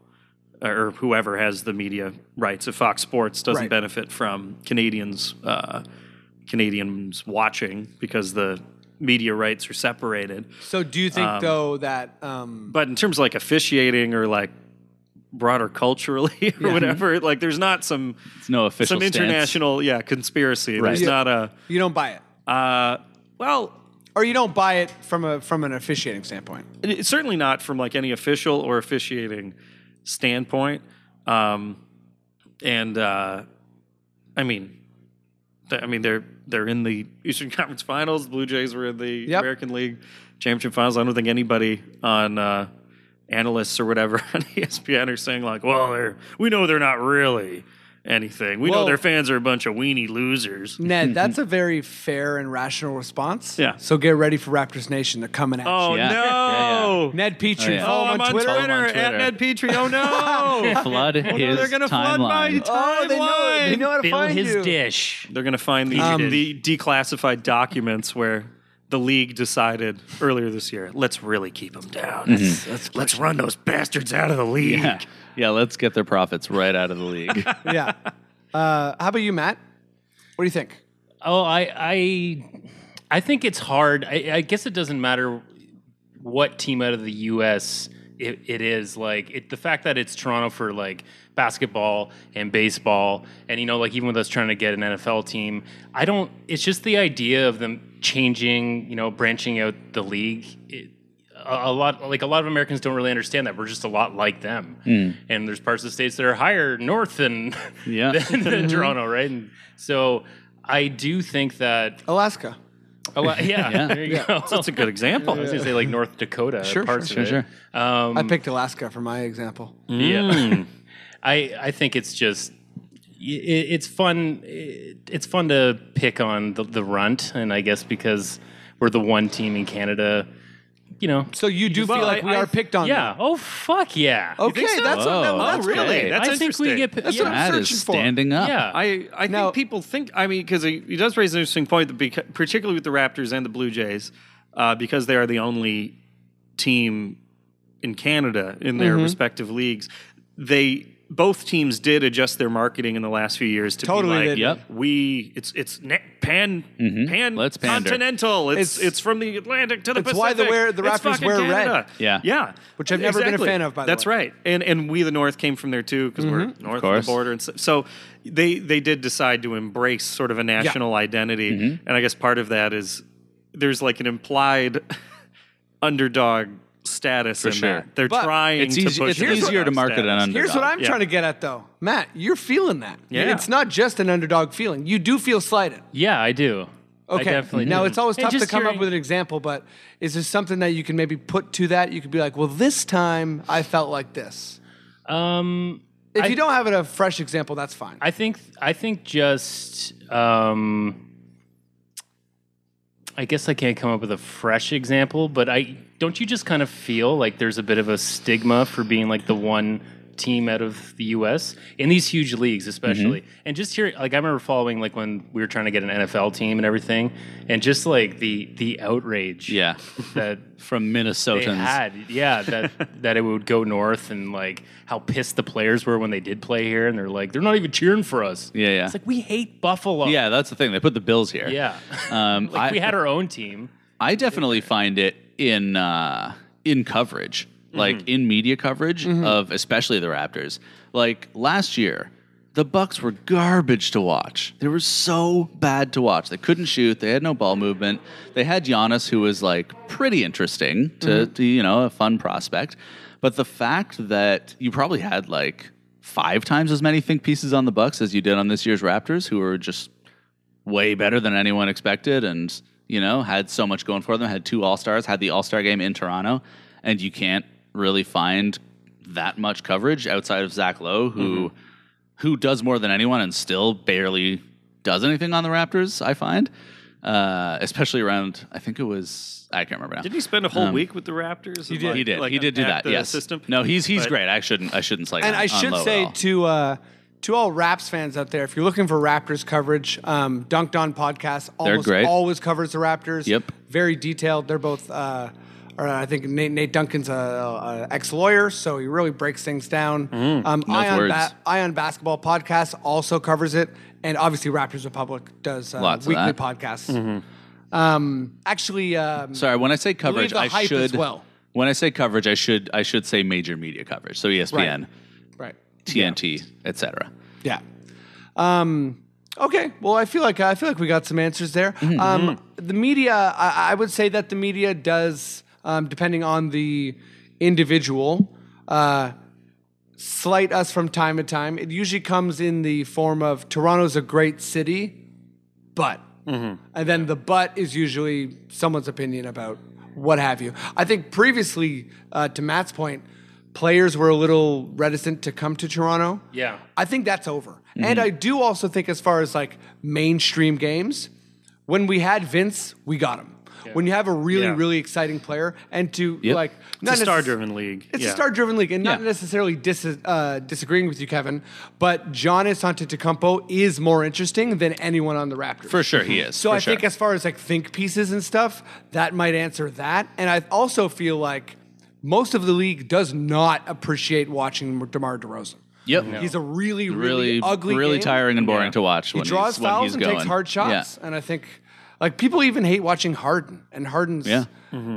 [SPEAKER 7] or whoever has the media rights, if Fox Sports doesn't
[SPEAKER 6] Right.
[SPEAKER 7] benefit from Canadians uh, Canadians watching because the media rights are separated.
[SPEAKER 6] So do you think though that um,
[SPEAKER 7] But in terms of like officiating or like broader culturally [LAUGHS] or whatever, like there's not some
[SPEAKER 5] It's no official
[SPEAKER 7] some
[SPEAKER 5] stance.
[SPEAKER 7] international yeah conspiracy. There's
[SPEAKER 6] Yeah.
[SPEAKER 7] not a
[SPEAKER 6] you don't buy it?
[SPEAKER 7] uh, well,
[SPEAKER 6] Or you don't buy it from a from an officiating
[SPEAKER 7] [LAUGHS]
[SPEAKER 6] standpoint.
[SPEAKER 7] it- it's certainly not from like any official or officiating standpoint. Um, and uh, I mean, th- I mean they're they're in the Eastern [LAUGHS] Conference Finals. The Blue Jays were in the
[SPEAKER 6] Yep.
[SPEAKER 7] American League Championship Finals. I don't think anybody on uh, analysts or whatever [LAUGHS] on E ESPN are saying like, "Well, they're we know they're not really." Anything we know,
[SPEAKER 6] Well-
[SPEAKER 7] their fans are a bunch of weenie losers.
[SPEAKER 6] Ned, that's a very fair and rational response.
[SPEAKER 7] Yeah.
[SPEAKER 6] So get ready for Raptors Nation. They're coming at
[SPEAKER 7] Oh
[SPEAKER 5] Yeah.
[SPEAKER 7] no!
[SPEAKER 5] Yeah,
[SPEAKER 6] Ned Petrie.
[SPEAKER 5] yeah.
[SPEAKER 6] Follow
[SPEAKER 7] Oh,
[SPEAKER 6] him
[SPEAKER 7] I'm on Twitter,
[SPEAKER 5] Follow him on
[SPEAKER 7] at
[SPEAKER 5] Twitter.
[SPEAKER 7] Ned Petrie. Oh [LAUGHS]
[SPEAKER 5] [LAUGHS]
[SPEAKER 7] no!
[SPEAKER 5] Flood
[SPEAKER 7] no,
[SPEAKER 5] his
[SPEAKER 7] they're gonna flood my
[SPEAKER 5] timeline.
[SPEAKER 7] timeline.
[SPEAKER 6] Oh, they know, they know how to
[SPEAKER 4] Fill
[SPEAKER 6] find
[SPEAKER 4] his
[SPEAKER 6] you.
[SPEAKER 4] dish.
[SPEAKER 7] They're gonna find the, the declassified documents where the league decided earlier this year. Let's really keep them down. Let's, let's- let's run those bastards out of the league.
[SPEAKER 5] yeah. yeah, let's get their profits right out of the league.
[SPEAKER 6] Yeah. Uh, how about you, Matt? What do you think?
[SPEAKER 4] Oh, I, I, I think it's hard. I, I guess it doesn't matter what team out of the U.S. It, it is like it, the fact that it's Toronto for like basketball and baseball, and you know, like even with us trying to get an NFL team, I don't. It's just the idea of them changing, you know, branching out the league. It, a, a lot like a lot of Americans don't really understand that we're just a lot like them, and there's parts of the states that are higher north than
[SPEAKER 5] Yeah.
[SPEAKER 4] than, [LAUGHS] than Toronto, right? And so I do think that
[SPEAKER 6] Alaska.
[SPEAKER 4] a lot, Oh, yeah,
[SPEAKER 5] Yeah.
[SPEAKER 4] there you go.
[SPEAKER 7] That's a good
[SPEAKER 4] [LAUGHS]
[SPEAKER 7] example.
[SPEAKER 4] I was gonna say like North Dakota
[SPEAKER 6] Sure,
[SPEAKER 4] parts
[SPEAKER 5] sure,
[SPEAKER 4] of
[SPEAKER 5] sure,
[SPEAKER 4] it. Um,
[SPEAKER 6] I picked Alaska for my example.
[SPEAKER 4] Mm. yeah, [LAUGHS] I I think it's just i- i it's fun. i it's fun to pick on the, the runt, and I guess because we're the one team in Canada, you know.
[SPEAKER 6] So you do
[SPEAKER 7] Well,
[SPEAKER 6] feel like
[SPEAKER 7] I-
[SPEAKER 6] we
[SPEAKER 7] I-
[SPEAKER 6] are picked on.
[SPEAKER 4] Yeah. Oh fuck yeah.
[SPEAKER 6] now. Okay,
[SPEAKER 7] so?
[SPEAKER 6] that's
[SPEAKER 5] Whoa.
[SPEAKER 6] that- that's
[SPEAKER 5] Oh,
[SPEAKER 6] good.
[SPEAKER 5] really?
[SPEAKER 7] That's
[SPEAKER 4] I think we
[SPEAKER 7] interesting.
[SPEAKER 4] get. p-
[SPEAKER 6] That's
[SPEAKER 4] yeah.
[SPEAKER 6] what I'm
[SPEAKER 5] That is
[SPEAKER 6] searching for.
[SPEAKER 5] standing up.
[SPEAKER 4] Yeah.
[SPEAKER 7] I, I
[SPEAKER 6] Now-
[SPEAKER 7] think people think, I mean, because he, he does raise an interesting point, that beca- particularly with the Raptors and the Blue Jays, uh, because they are the only team in Canada in
[SPEAKER 6] Mm-hmm.
[SPEAKER 7] their respective leagues. They both teams did adjust their marketing in the last few years to
[SPEAKER 6] Totally
[SPEAKER 7] be
[SPEAKER 6] they
[SPEAKER 7] like,
[SPEAKER 6] did.
[SPEAKER 5] Yep. Mm-hmm.
[SPEAKER 7] we it's it's ne- pan pan
[SPEAKER 5] Let's pander.
[SPEAKER 7] continental. It's,
[SPEAKER 6] It's-
[SPEAKER 7] it's from the Atlantic to the
[SPEAKER 6] it's
[SPEAKER 7] Pacific.
[SPEAKER 6] why the wear- the
[SPEAKER 7] It's
[SPEAKER 6] Raptors
[SPEAKER 7] fucking
[SPEAKER 6] wear red.
[SPEAKER 7] Canada.
[SPEAKER 5] Yeah.
[SPEAKER 7] yeah,
[SPEAKER 6] Which I've never been a fan of, by the
[SPEAKER 7] that's
[SPEAKER 6] way.
[SPEAKER 7] right, and and we the North came from there too because we're north of,
[SPEAKER 5] Mm-hmm. course.
[SPEAKER 7] the border, and so, so they they did decide to embrace sort of a national identity,
[SPEAKER 5] Mm-hmm.
[SPEAKER 7] and I guess part of that is there's like an implied [LAUGHS] underdog status in
[SPEAKER 5] sure.
[SPEAKER 7] that they're
[SPEAKER 6] But
[SPEAKER 7] trying
[SPEAKER 5] It's,
[SPEAKER 7] to
[SPEAKER 5] easy,
[SPEAKER 7] push
[SPEAKER 5] it's
[SPEAKER 7] an
[SPEAKER 5] easier to
[SPEAKER 7] underdog
[SPEAKER 5] market an
[SPEAKER 7] status.
[SPEAKER 5] underdog.
[SPEAKER 6] Here's what I'm
[SPEAKER 7] Yeah.
[SPEAKER 6] trying to get at, though, Matt. You're feeling that.
[SPEAKER 7] Yeah.
[SPEAKER 6] It's not just an underdog feeling. You do feel slighted.
[SPEAKER 4] Yeah, I do. I
[SPEAKER 6] Okay.
[SPEAKER 4] definitely
[SPEAKER 6] now
[SPEAKER 4] do.
[SPEAKER 6] it's always
[SPEAKER 4] And
[SPEAKER 6] tough to
[SPEAKER 4] just
[SPEAKER 6] come up
[SPEAKER 4] hearing-
[SPEAKER 6] with an example, but is there something that you can maybe put to that? You could be like, "Well, this time I felt like this."
[SPEAKER 4] Um,
[SPEAKER 6] If
[SPEAKER 4] I-
[SPEAKER 6] you don't have it a fresh example, that's fine.
[SPEAKER 4] I think I think just um I guess I can't come up with a fresh example, but I don't you just kind of feel like there's a bit of a stigma for being like the one team out of the US in these huge leagues especially.
[SPEAKER 5] Mm-hmm.
[SPEAKER 4] And just here like I remember following like when we were trying to get an NFL team and everything and just like the the outrage
[SPEAKER 5] Yeah.
[SPEAKER 4] that
[SPEAKER 5] [LAUGHS] From
[SPEAKER 4] they
[SPEAKER 5] Minnesotans.
[SPEAKER 4] had, yeah,
[SPEAKER 5] [LAUGHS]
[SPEAKER 4] that that it would go north and like how pissed the players were when they did play here, and they're like, they're not even cheering for us.
[SPEAKER 5] Yeah, yeah.
[SPEAKER 4] It's like we hate Buffalo.
[SPEAKER 5] Yeah, that's the thing. They put the Bills here.
[SPEAKER 4] [LAUGHS] yeah.
[SPEAKER 5] Um,
[SPEAKER 4] like
[SPEAKER 5] I,
[SPEAKER 4] we had our own team.
[SPEAKER 5] I definitely find it in uh, in coverage, like in media coverage of especially the Raptors. Like last year, the Bucks were garbage to watch. They were so bad to watch. They couldn't shoot. They had no ball movement. They had Giannis, who was like pretty interesting to, to you know a fun prospect. But the fact that you probably had like five times as many think pieces on the Bucks as you did on this year's Raptors, who were just way better than anyone expected and you know had so much going for them had two all-stars had the all-star game in toronto and you can't really find that much coverage outside of zach lowe who
[SPEAKER 7] Mm-hmm.
[SPEAKER 5] who does more than anyone and still barely does anything on the raptors i find uh, especially around i think it was i can't remember now
[SPEAKER 7] Didn't he spend a whole week with the Raptors? He
[SPEAKER 5] Um, he did. he did do that. Yes.
[SPEAKER 7] System?
[SPEAKER 5] No, he's he's
[SPEAKER 7] But-
[SPEAKER 5] great. I shouldn't. I shouldn't say.
[SPEAKER 6] and I should say to uh, to all Raps fans out there, if you're looking for Raptors coverage, um, Dunked On podcast almost
[SPEAKER 5] great.
[SPEAKER 6] always covers the Raptors.
[SPEAKER 5] Yep.
[SPEAKER 6] very detailed. They're both. Uh, or I think Nate, Nate Duncan's a, a ex-lawyer, so he really breaks things down. um, Ion,
[SPEAKER 5] Mm, words.
[SPEAKER 6] Ion Basketball Podcast also covers it, and obviously Raptors Republic does uh,
[SPEAKER 5] Lots of
[SPEAKER 6] weekly
[SPEAKER 5] that. Mm-hmm.
[SPEAKER 6] podcasts. Um, actually, um,
[SPEAKER 5] Sorry, when I say coverage,
[SPEAKER 6] the
[SPEAKER 5] I
[SPEAKER 6] hype
[SPEAKER 5] should
[SPEAKER 6] as well.
[SPEAKER 5] When I say coverage, I should I should say major media coverage. So E ESPN,
[SPEAKER 6] right?
[SPEAKER 5] TNT, etc.
[SPEAKER 6] Yeah. Um, okay. Well, I feel like I feel like we got some answers there. Um, the media, I, I would say that the media does, um, depending on the individual, uh, slight us from time to time. It usually comes in the form of Toronto's a great city, but.
[SPEAKER 7] Mm-hmm.
[SPEAKER 6] And then the but is usually someone's opinion about what have you. I think previously, uh, to Matt's point, players were a little reticent to come to Toronto.
[SPEAKER 4] Yeah.
[SPEAKER 6] I think that's over.
[SPEAKER 7] Mm-hmm.
[SPEAKER 6] And I do also think, as far as like mainstream games, when we had Vince, we got him. When you have a really,
[SPEAKER 7] Yeah.
[SPEAKER 6] really exciting player, and to
[SPEAKER 5] Yep.
[SPEAKER 6] like,
[SPEAKER 7] It's a star-driven league.
[SPEAKER 6] It's
[SPEAKER 7] Yeah.
[SPEAKER 6] a star-driven league, and not
[SPEAKER 5] Yeah.
[SPEAKER 6] necessarily dis- uh, disagreeing with you, Kevin. But John Antetokounmpo is more interesting than anyone on the Raptors.
[SPEAKER 5] For sure, he is.
[SPEAKER 6] So
[SPEAKER 5] for
[SPEAKER 6] I
[SPEAKER 5] sure.
[SPEAKER 6] think as far as like think pieces and stuff, that might answer that. And I also feel like most of the league does not appreciate watching DeMar DeRozan.
[SPEAKER 5] yep,
[SPEAKER 6] He's a really,
[SPEAKER 5] really,
[SPEAKER 6] really, ugly,
[SPEAKER 5] really
[SPEAKER 6] game.
[SPEAKER 5] tiring and boring to watch.
[SPEAKER 6] He
[SPEAKER 5] when
[SPEAKER 6] draws
[SPEAKER 5] he's, when
[SPEAKER 6] fouls
[SPEAKER 5] he's
[SPEAKER 6] and
[SPEAKER 5] going.
[SPEAKER 6] takes hard shots,
[SPEAKER 5] Yeah.
[SPEAKER 6] and I think like people even hate watching Harden, and Harden's
[SPEAKER 5] Yeah.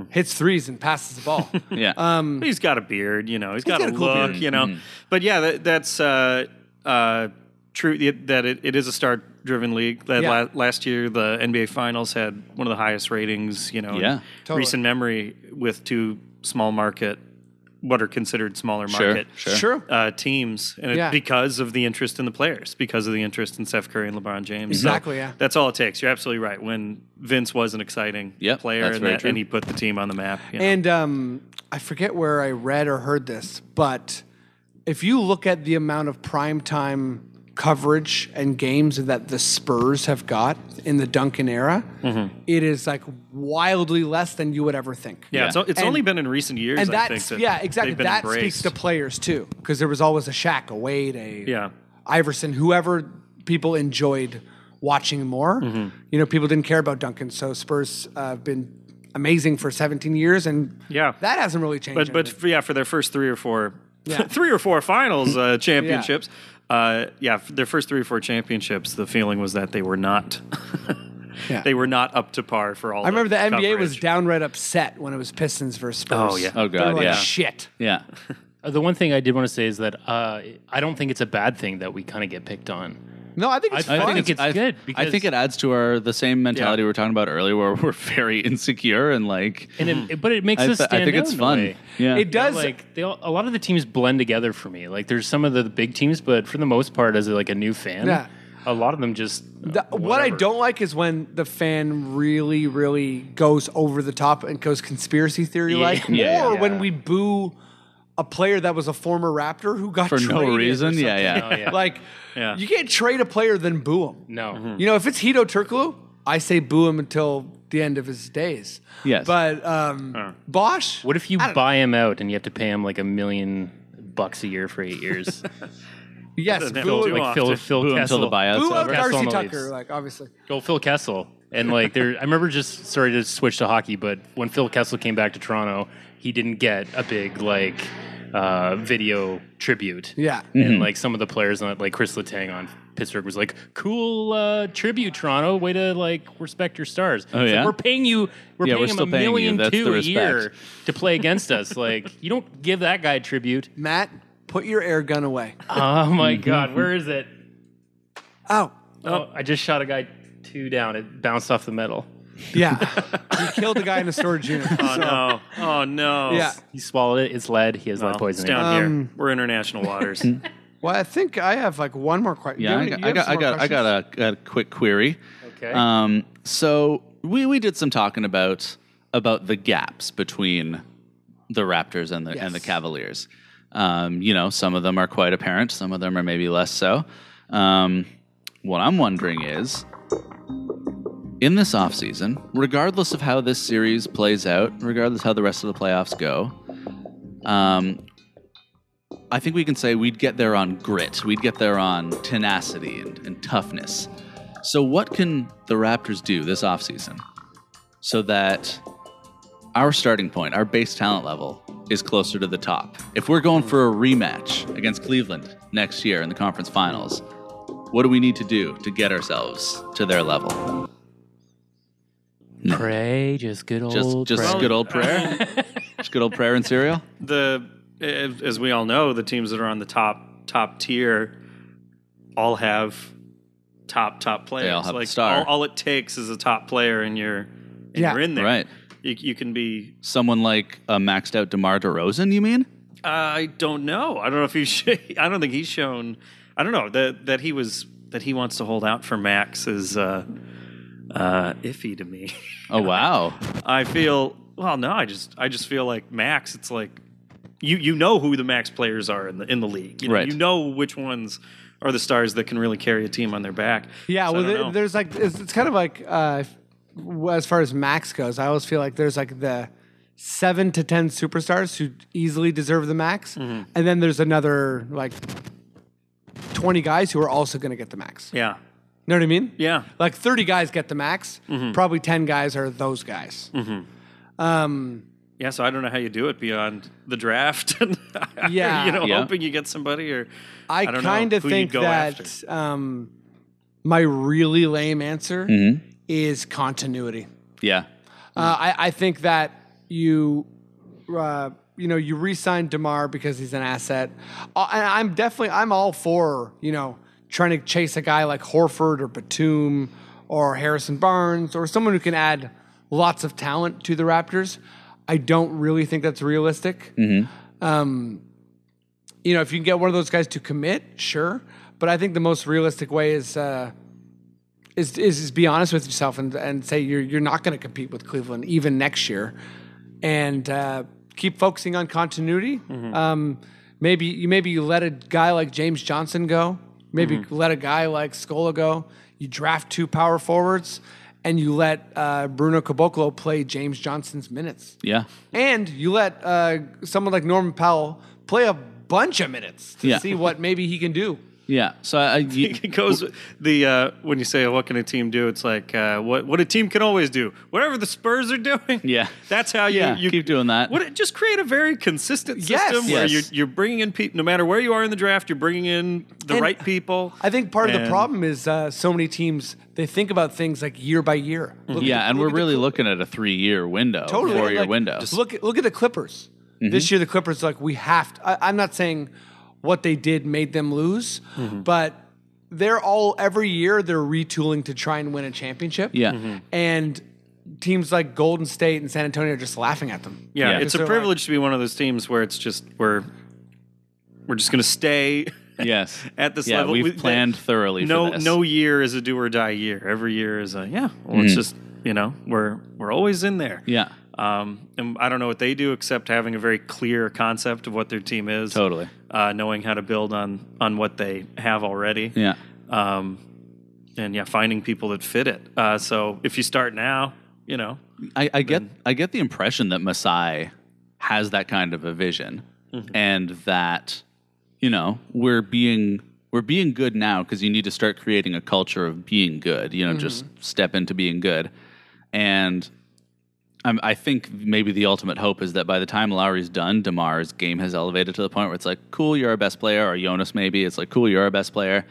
[SPEAKER 6] hits threes and passes the
[SPEAKER 5] [LAUGHS]
[SPEAKER 6] ball.
[SPEAKER 5] Yeah.
[SPEAKER 6] Um,
[SPEAKER 7] But he's got a beard, you know. he's got,
[SPEAKER 6] Mm-hmm. got
[SPEAKER 7] a,
[SPEAKER 6] a cool
[SPEAKER 7] look,
[SPEAKER 6] beard.
[SPEAKER 7] you know.
[SPEAKER 5] Mm-hmm.
[SPEAKER 7] But yeah, that, that's uh, uh, true. It, that it, it is a star-driven league. That
[SPEAKER 6] Yeah.
[SPEAKER 7] la- last year, the NBA Finals had one of the highest ratings, you know, in
[SPEAKER 5] Yeah.
[SPEAKER 6] Totally.
[SPEAKER 7] recent memory with two small market, what are considered smaller
[SPEAKER 5] Sure,
[SPEAKER 7] market
[SPEAKER 5] sure.
[SPEAKER 6] Sure.
[SPEAKER 7] Uh, teams, and
[SPEAKER 6] Yeah.
[SPEAKER 7] it, because of the interest in the players, because of the interest in Steph Curry and LeBron James. So
[SPEAKER 6] Exactly, yeah.
[SPEAKER 7] that's all it takes. You're absolutely right. When Vince was an exciting
[SPEAKER 5] Yep,
[SPEAKER 7] player,
[SPEAKER 5] that's
[SPEAKER 7] and,
[SPEAKER 5] very
[SPEAKER 7] that,
[SPEAKER 5] true.
[SPEAKER 7] and he put the team on the map. you know.
[SPEAKER 6] And um, I forget where I read or heard this, but if you look at the amount of primetime coverage and games that the Spurs have got in the Duncan era, it is like wildly less than you would ever think.
[SPEAKER 7] Mm-hmm. Yeah, it's, it's
[SPEAKER 6] And-
[SPEAKER 7] only been in recent years.
[SPEAKER 6] And
[SPEAKER 7] I think,
[SPEAKER 6] that's
[SPEAKER 7] that
[SPEAKER 6] yeah, exactly.
[SPEAKER 7] they've been
[SPEAKER 6] That
[SPEAKER 7] embraced.
[SPEAKER 6] speaks to players too, because there was always a Shaq, a Wade, a
[SPEAKER 7] yeah,
[SPEAKER 6] Iverson, whoever people enjoyed watching more.
[SPEAKER 7] Mm-hmm.
[SPEAKER 6] You know, people didn't care about Duncan, so Spurs uh, have been amazing for 17 years, and
[SPEAKER 7] Yeah.
[SPEAKER 6] that hasn't really changed.
[SPEAKER 7] but but
[SPEAKER 6] anything.
[SPEAKER 7] for- yeah, for their first three or four,
[SPEAKER 6] Yeah.
[SPEAKER 7] [LAUGHS] three or four
[SPEAKER 6] [LAUGHS]
[SPEAKER 7] finals uh, championships. Uh, yeah, f- their first three or four championships. The feeling was that they were not. [LAUGHS]
[SPEAKER 6] Yeah.
[SPEAKER 7] They were not up to par for all.
[SPEAKER 6] I remember the NBA was
[SPEAKER 7] coverage.
[SPEAKER 6] downright upset when it was Pistons versus Spurs.
[SPEAKER 7] Oh, yeah.
[SPEAKER 5] Oh,
[SPEAKER 6] They
[SPEAKER 5] God,
[SPEAKER 6] were like,
[SPEAKER 5] yeah.
[SPEAKER 6] Shit.
[SPEAKER 5] yeah.
[SPEAKER 4] Uh, The one thing I did want to say is that uh, I don't think it's a bad thing that we kind of get picked on.
[SPEAKER 6] No, I think it's
[SPEAKER 4] I
[SPEAKER 6] fun.
[SPEAKER 4] think it's
[SPEAKER 5] I-
[SPEAKER 4] good
[SPEAKER 5] I think
[SPEAKER 4] because-
[SPEAKER 5] it adds to our the same mentality
[SPEAKER 7] Yeah.
[SPEAKER 5] we were talking about earlier, where we're very insecure and like.
[SPEAKER 4] And it, but it makes
[SPEAKER 5] I,
[SPEAKER 4] us
[SPEAKER 5] th-
[SPEAKER 4] stand
[SPEAKER 5] I think
[SPEAKER 4] out
[SPEAKER 5] it's
[SPEAKER 4] in a
[SPEAKER 5] fun.
[SPEAKER 4] way.
[SPEAKER 5] Yeah.
[SPEAKER 6] It
[SPEAKER 4] Yeah,
[SPEAKER 6] does.
[SPEAKER 4] like they all, a lot of the teams blend together for me. Like there's some of the big teams, but for the most part, as like a new fan,
[SPEAKER 6] Yeah.
[SPEAKER 4] a lot of them just uh,
[SPEAKER 6] the- what I
[SPEAKER 4] whatever.
[SPEAKER 6] don't like is when the fan really, really goes over the top and goes conspiracy theory like,
[SPEAKER 4] Yeah, yeah,
[SPEAKER 6] or
[SPEAKER 4] yeah.
[SPEAKER 6] when we boo a player that was a former Raptor who got
[SPEAKER 5] for
[SPEAKER 6] traded
[SPEAKER 5] no
[SPEAKER 6] or
[SPEAKER 5] reason.
[SPEAKER 6] something.
[SPEAKER 5] Yeah, yeah.
[SPEAKER 4] Oh, yeah.
[SPEAKER 6] Like,
[SPEAKER 7] Yeah.
[SPEAKER 6] you can't trade a player then boo him.
[SPEAKER 4] no.
[SPEAKER 6] You know, if it's Hito Turkoglu, I say boo him until the end of his days.
[SPEAKER 5] Yes.
[SPEAKER 6] But um, Bosch,
[SPEAKER 4] What if you buy him out and you have to pay him like a million bucks a year for eight years?
[SPEAKER 6] yes,
[SPEAKER 7] Doesn't
[SPEAKER 6] boo,
[SPEAKER 7] do
[SPEAKER 6] him-
[SPEAKER 7] it.
[SPEAKER 4] like Phil, Phil
[SPEAKER 5] Boom,
[SPEAKER 4] Kessel.
[SPEAKER 5] until the buyout's
[SPEAKER 6] boo out
[SPEAKER 5] over.
[SPEAKER 4] Kessel
[SPEAKER 6] Darcy
[SPEAKER 4] leaves.
[SPEAKER 6] Tucker, like obviously.
[SPEAKER 4] Go Phil Kessel. And like there, I remember just sorry to switch to hockey, but when Phil Kessel came back to Toronto, he didn't get a big like uh, video tribute.
[SPEAKER 6] Yeah.
[SPEAKER 5] Mm-hmm.
[SPEAKER 4] and like some of the players on it, like Chris Letang on Pittsburgh was like, "Cool uh, tribute, Toronto. Way to like respect your stars.
[SPEAKER 5] Oh,
[SPEAKER 4] It's like,
[SPEAKER 5] yeah?
[SPEAKER 4] we're paying you. We're
[SPEAKER 5] Yeah, we're
[SPEAKER 4] paying
[SPEAKER 5] still
[SPEAKER 4] him a
[SPEAKER 5] paying you.
[SPEAKER 4] million
[SPEAKER 5] That's
[SPEAKER 4] two
[SPEAKER 5] the
[SPEAKER 4] a
[SPEAKER 5] respect.
[SPEAKER 4] year to play against us. Like [LAUGHS] you don't give that guy
[SPEAKER 5] [LAUGHS]
[SPEAKER 4] tribute.
[SPEAKER 6] Matt, put your air gun away.
[SPEAKER 7] Uh,
[SPEAKER 4] Oh my
[SPEAKER 5] Mm-hmm.
[SPEAKER 4] god, where is it?
[SPEAKER 6] Oh,
[SPEAKER 4] Oh, I just shot a guy two down. It bounced off the metal.
[SPEAKER 7] [LAUGHS]
[SPEAKER 6] yeah. he killed the guy in a storage unit.
[SPEAKER 7] Oh no! [LAUGHS] Oh no!
[SPEAKER 6] Yeah.
[SPEAKER 4] He swallowed it. It's lead. He has
[SPEAKER 7] Well,
[SPEAKER 4] lead
[SPEAKER 7] it's
[SPEAKER 4] poisoning. Uh,
[SPEAKER 7] down
[SPEAKER 6] Um,
[SPEAKER 7] here. We're
[SPEAKER 6] [LAUGHS]
[SPEAKER 7] international waters.
[SPEAKER 6] Well, I think I have like one more question.
[SPEAKER 5] Yeah, I got, I got, I got, I got a, a quick query.
[SPEAKER 4] Okay.
[SPEAKER 5] Um, so we we did some talking about about the gaps between the Raptors and the and the
[SPEAKER 6] Yes.
[SPEAKER 5] Cavaliers. Um, you know, some of them are quite apparent. Some of them are maybe less so. Um, what I'm wondering is, in this offseason, regardless of how this series plays out, regardless how the rest of the playoffs go, um, I think we can say we'd get there on grit. We'd get there on tenacity and, and toughness. So, what can the Raptors do this offseason so that our starting point, our base talent level, is closer to the top? If we're going for a rematch against Cleveland next year in the conference finals, what do we need to do to get ourselves to their level?
[SPEAKER 4] Pray, just good old.
[SPEAKER 5] Just, just
[SPEAKER 4] pray.
[SPEAKER 5] good old
[SPEAKER 7] [LAUGHS]
[SPEAKER 5] prayer, just good old prayer and cereal.
[SPEAKER 7] the as as we all know, the teams that are on the top top tier all have top top players.
[SPEAKER 5] all have a
[SPEAKER 7] like
[SPEAKER 5] star.
[SPEAKER 7] All, all it takes is a top player, and you're and
[SPEAKER 6] Yeah.
[SPEAKER 7] you're in there.
[SPEAKER 5] Right. uh,
[SPEAKER 7] You, you can be
[SPEAKER 5] Someone like a maxed out DeMar DeRozan, you mean?
[SPEAKER 7] I don't know. I don't know if he's. [LAUGHS] sh- I don't think he's shown. I don't know that that he was that he wants to hold out for Max is uh, uh, iffy to me. [LAUGHS]
[SPEAKER 5] Oh wow.
[SPEAKER 7] I feel well. No, I just I just feel like Max. It's like you you know who the Max players are in the in the league. You know,
[SPEAKER 5] Right.
[SPEAKER 7] You know which ones are the stars that can really carry a team on their back.
[SPEAKER 6] Yeah,
[SPEAKER 7] So I
[SPEAKER 6] well,
[SPEAKER 7] don't
[SPEAKER 6] there,
[SPEAKER 7] know.
[SPEAKER 6] there's like it's, it's kind of like uh, well, as far as max goes, I always feel like there's like the seven to ten superstars who easily deserve the max,
[SPEAKER 7] Mm-hmm.
[SPEAKER 6] and then there's another like twenty guys who are also going to get the max.
[SPEAKER 7] yeah
[SPEAKER 6] You know what I mean?
[SPEAKER 7] yeah
[SPEAKER 6] Like thirty guys get the max.
[SPEAKER 7] Mm-hmm.
[SPEAKER 6] Probably ten guys are those guys.
[SPEAKER 7] Mm.
[SPEAKER 6] Um,
[SPEAKER 7] yeah. So I don't know how you do it beyond the draft. [LAUGHS] and
[SPEAKER 6] Yeah.
[SPEAKER 7] you know,
[SPEAKER 5] Yeah.
[SPEAKER 7] hoping you get somebody or
[SPEAKER 6] I,
[SPEAKER 7] don't know
[SPEAKER 6] kind of
[SPEAKER 7] who you'd
[SPEAKER 6] think
[SPEAKER 7] go
[SPEAKER 6] that
[SPEAKER 7] after.
[SPEAKER 6] um, my really lame answer is continuity.
[SPEAKER 5] Yeah.
[SPEAKER 6] Uh, I, I think that you, uh, you know, you re-signed Demar because he's an asset. Uh, and I'm definitely, I'm all for you know trying to chase a guy like Horford or Batum or Harrison Barnes or someone who can add lots of talent to the Raptors. I don't really think that's realistic. Um, you know, if you can get one of those guys to commit, sure. But I think the most realistic way is. Uh, is is, is be honest with yourself and, and say you're you're not going to compete with Cleveland even next year, and uh, keep focusing on continuity. Um, maybe you maybe you let a guy like James Johnson go. Maybe let a guy like Scola go. You draft two power forwards, and you let uh, Bruno Caboclo play James Johnson's minutes,
[SPEAKER 5] Yeah.
[SPEAKER 6] and you let uh, someone like Norman Powell play a bunch of minutes to
[SPEAKER 5] Yeah.
[SPEAKER 6] see what maybe he can do.
[SPEAKER 5] Yeah. So
[SPEAKER 7] [LAUGHS]
[SPEAKER 5] I, I- you-
[SPEAKER 7] it goes the uh, when you say what can a team do it's like uh, what what a team can always do whatever the spurs are doing
[SPEAKER 5] Yeah.
[SPEAKER 7] that's how you,
[SPEAKER 5] Yeah,
[SPEAKER 7] you
[SPEAKER 5] keep doing that.
[SPEAKER 7] what just create a very consistent system
[SPEAKER 6] Yes.
[SPEAKER 7] where
[SPEAKER 5] Yes.
[SPEAKER 7] you're, you're bringing in people no matter where you are in the draft you're bringing in the
[SPEAKER 6] And
[SPEAKER 7] right people
[SPEAKER 6] I think part of the
[SPEAKER 7] And-
[SPEAKER 6] problem is uh, so many teams they think about things like year by year. Look at
[SPEAKER 5] Mm-hmm. yeah,
[SPEAKER 6] the-
[SPEAKER 5] and
[SPEAKER 6] look
[SPEAKER 5] we're
[SPEAKER 6] at the
[SPEAKER 5] really
[SPEAKER 6] Clip-
[SPEAKER 5] looking at a three-year window,
[SPEAKER 6] totally and,
[SPEAKER 5] four-year
[SPEAKER 6] like,
[SPEAKER 5] window. Mm-hmm.
[SPEAKER 6] Just look at- look at the Clippers this year. The Clippers like we have to. I, I'm not saying what they did made them lose, but they're all every year they're retooling to try and win a championship.
[SPEAKER 5] yeah.
[SPEAKER 7] Mm-hmm.
[SPEAKER 6] and teams like Golden State and San Antonio are just laughing at them.
[SPEAKER 7] yeah,
[SPEAKER 5] Yeah.
[SPEAKER 7] it's
[SPEAKER 6] So,
[SPEAKER 7] a
[SPEAKER 6] like-
[SPEAKER 7] privilege to be one of those teams where it's just we're we're just gonna stay
[SPEAKER 5] Yes.
[SPEAKER 7] at this
[SPEAKER 5] yeah,
[SPEAKER 7] level
[SPEAKER 5] we've
[SPEAKER 7] We-
[SPEAKER 5] planned thoroughly.
[SPEAKER 7] no
[SPEAKER 5] for this.
[SPEAKER 7] no year is a do or die year every year is a yeah well
[SPEAKER 5] Mm.
[SPEAKER 7] it's just you know we're we're always in there
[SPEAKER 5] Yeah.
[SPEAKER 7] Um, and I don't know what they do except having a very clear concept of what their team is.
[SPEAKER 5] Totally.
[SPEAKER 7] Uh, knowing how to build on on what they have already.
[SPEAKER 5] Yeah.
[SPEAKER 7] Um, and yeah, finding people that fit it. Uh, so if you start now, you know,
[SPEAKER 5] I, I get I get the impression that Masai has that kind of a vision, and that you know we're being we're being good now because you need to start creating a culture of being good. You know, just step into being good, and I'm, I think maybe the ultimate hope is that by the time Lowry's done, Demar's game has elevated to the point where it's like, cool, you're our best player, or Jonas maybe it's like, cool, you're our best player,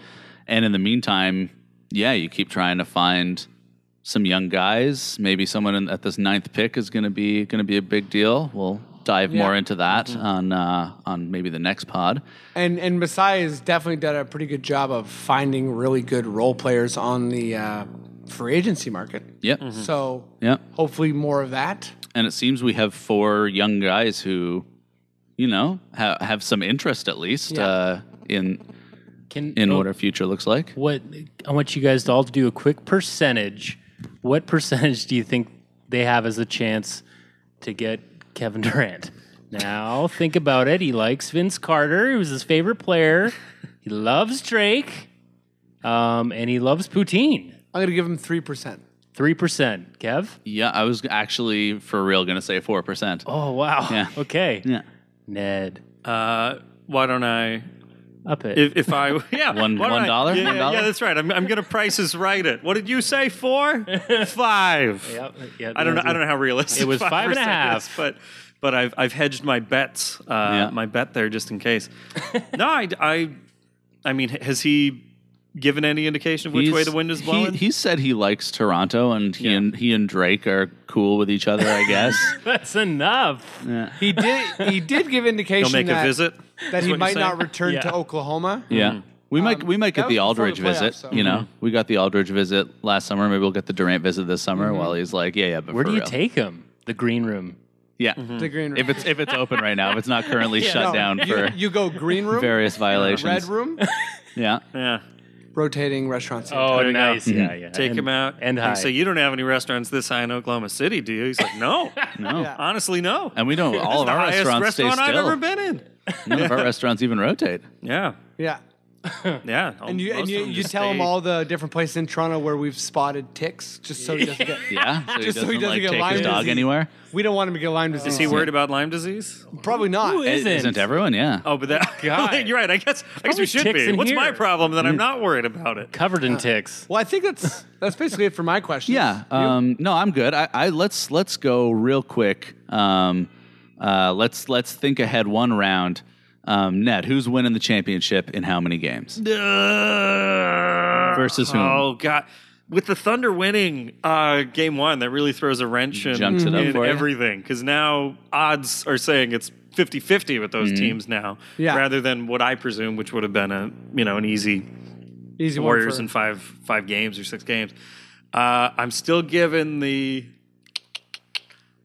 [SPEAKER 5] and in the meantime, yeah, you keep trying to find some young guys. Maybe someone in, at this ninth pick is going to be going to be a big deal. We'll dive more into that
[SPEAKER 7] Mm-hmm.
[SPEAKER 5] on uh, on maybe the next pod.
[SPEAKER 6] And and Masai has definitely done a pretty good job of finding really good role players on the uh, free agency market.
[SPEAKER 5] Yep,
[SPEAKER 7] Mm-hmm.
[SPEAKER 6] So
[SPEAKER 5] yep.
[SPEAKER 6] hopefully more of that.
[SPEAKER 5] And it seems we have four young guys who, you know, ha- have some interest at least
[SPEAKER 6] Yeah.
[SPEAKER 5] uh, in
[SPEAKER 4] Can
[SPEAKER 5] in
[SPEAKER 4] oh,
[SPEAKER 5] what our future looks like.
[SPEAKER 4] what I want you guys to all do a quick percentage. What percentage do you think they have as a chance to get Kevin Durant? Now think about it. He likes Vince Carter, who's his favorite player. He loves Drake, um, and he loves poutine.
[SPEAKER 6] I'm gonna give him three percent.
[SPEAKER 4] Three percent, Kev.
[SPEAKER 5] Yeah, I was actually for real going to say four percent.
[SPEAKER 4] Oh wow.
[SPEAKER 5] Yeah.
[SPEAKER 4] Okay.
[SPEAKER 5] Yeah,
[SPEAKER 4] Ned,
[SPEAKER 7] uh, why don't I?
[SPEAKER 4] up it.
[SPEAKER 7] If,
[SPEAKER 5] [LAUGHS]
[SPEAKER 7] if I yeah
[SPEAKER 5] One-
[SPEAKER 7] why
[SPEAKER 5] one
[SPEAKER 7] don't I-
[SPEAKER 5] dollar?
[SPEAKER 7] yeah,
[SPEAKER 5] One
[SPEAKER 7] yeah,
[SPEAKER 5] dollar?
[SPEAKER 7] yeah that's right I'm, I'm gonna price is right it what did you say four five
[SPEAKER 4] Yep, yeah,
[SPEAKER 7] I don't know. I don't know how realistic
[SPEAKER 4] It was five and a
[SPEAKER 7] 5%
[SPEAKER 4] half.
[SPEAKER 7] is, but but I've I've hedged my bets. Uh,
[SPEAKER 5] Yeah.
[SPEAKER 7] My bet there just in case. no, I, I I mean, has he given any indication of which way the wind is
[SPEAKER 5] he-
[SPEAKER 7] blowing?
[SPEAKER 5] He, said he likes Toronto, and he and he and Drake are cool with each other. I
[SPEAKER 7] [LAUGHS]
[SPEAKER 5] guess.
[SPEAKER 4] That's enough.
[SPEAKER 6] He did. He did give indication
[SPEAKER 7] He'll make
[SPEAKER 6] that,
[SPEAKER 7] a visit.
[SPEAKER 6] that he
[SPEAKER 7] what you're
[SPEAKER 6] might not
[SPEAKER 7] saying?
[SPEAKER 6] return
[SPEAKER 4] Yeah.
[SPEAKER 6] to Oklahoma.
[SPEAKER 5] Yeah. We might we might
[SPEAKER 6] Mm-hmm.
[SPEAKER 5] get the
[SPEAKER 6] Um, that was before the
[SPEAKER 5] Aldridge
[SPEAKER 6] playoffs,
[SPEAKER 5] visit.
[SPEAKER 6] so- Mm-hmm.
[SPEAKER 5] You know, we got the Aldridge visit
[SPEAKER 6] Mm-hmm.
[SPEAKER 5] last summer. Maybe we'll get the Durant visit this summer. While he's like, yeah, yeah. But
[SPEAKER 4] Where
[SPEAKER 5] for
[SPEAKER 4] do you
[SPEAKER 5] real.
[SPEAKER 4] take him? The green room.
[SPEAKER 5] Yeah.
[SPEAKER 6] The green room.
[SPEAKER 5] If it's if it's open right now, if it's not
[SPEAKER 6] [LAUGHS]
[SPEAKER 5] currently shut
[SPEAKER 6] Mm-hmm. No,
[SPEAKER 5] down
[SPEAKER 6] you,
[SPEAKER 5] for
[SPEAKER 6] you go green room,
[SPEAKER 5] various violations.
[SPEAKER 6] red room,
[SPEAKER 5] Yeah.
[SPEAKER 7] Yeah.
[SPEAKER 6] rotating restaurants.
[SPEAKER 4] Oh,
[SPEAKER 7] you go.
[SPEAKER 4] nice. Yeah, yeah.
[SPEAKER 7] Take
[SPEAKER 4] And-
[SPEAKER 7] him out.
[SPEAKER 4] And
[SPEAKER 7] You
[SPEAKER 4] high.
[SPEAKER 7] say, You don't have any restaurants this high in Oklahoma City, do you? He's like, No.
[SPEAKER 5] No.
[SPEAKER 6] Yeah.
[SPEAKER 7] Honestly, no.
[SPEAKER 5] And we
[SPEAKER 6] [LAUGHS]
[SPEAKER 5] don't. All of
[SPEAKER 7] the
[SPEAKER 5] our
[SPEAKER 7] highest
[SPEAKER 5] restaurants
[SPEAKER 7] restaurant
[SPEAKER 5] stay
[SPEAKER 7] I've
[SPEAKER 5] still.
[SPEAKER 7] ever been in.
[SPEAKER 5] None of our restaurants even
[SPEAKER 6] [LAUGHS]
[SPEAKER 5] rotate.
[SPEAKER 7] Yeah.
[SPEAKER 6] Yeah.
[SPEAKER 7] Yeah.
[SPEAKER 6] And you, and you, you tell him all the different places in Toronto where we've spotted ticks, just so he
[SPEAKER 5] [LAUGHS]
[SPEAKER 6] doesn't get.
[SPEAKER 5] Yeah. So he
[SPEAKER 6] Just so
[SPEAKER 5] doesn't,
[SPEAKER 6] he doesn't
[SPEAKER 5] like,
[SPEAKER 6] get
[SPEAKER 5] take
[SPEAKER 6] Lyme
[SPEAKER 5] his dog
[SPEAKER 6] disease.
[SPEAKER 5] anywhere.
[SPEAKER 6] We don't want him to get Lyme disease.
[SPEAKER 7] Is he worried about Lyme disease?
[SPEAKER 6] Probably not.
[SPEAKER 4] Who is-
[SPEAKER 5] It
[SPEAKER 4] Isn't.
[SPEAKER 5] isn't everyone? Yeah.
[SPEAKER 7] Oh, but that
[SPEAKER 4] God.
[SPEAKER 7] [LAUGHS] you're right. I guess I guess
[SPEAKER 4] Probably
[SPEAKER 7] we should
[SPEAKER 4] ticks
[SPEAKER 7] be.
[SPEAKER 4] in
[SPEAKER 7] What's my
[SPEAKER 4] here.
[SPEAKER 7] problem that I'm not worried about it?
[SPEAKER 4] Covered in ticks.
[SPEAKER 6] Well, I think that's that's basically it for my question.
[SPEAKER 5] Yeah. Um, no, I'm good. I, I let's let's go real quick. Um, uh, let's let's think ahead one round. Um, Ned, who's winning the championship in how many games? [LAUGHS] Versus whom?
[SPEAKER 7] Oh God. With the Thunder winning uh, game one, that really throws a wrench in,
[SPEAKER 5] Junks it up
[SPEAKER 7] in
[SPEAKER 5] for you.
[SPEAKER 7] everything. Because now odds are saying it's 50 50 with
[SPEAKER 5] Mm-hmm.
[SPEAKER 7] those teams now,
[SPEAKER 6] Yeah.
[SPEAKER 7] rather than what I presume, which would have been a you know an easy
[SPEAKER 6] Easy one
[SPEAKER 7] Warriors
[SPEAKER 6] for-
[SPEAKER 7] in five five games or six games. Uh, I'm still giving the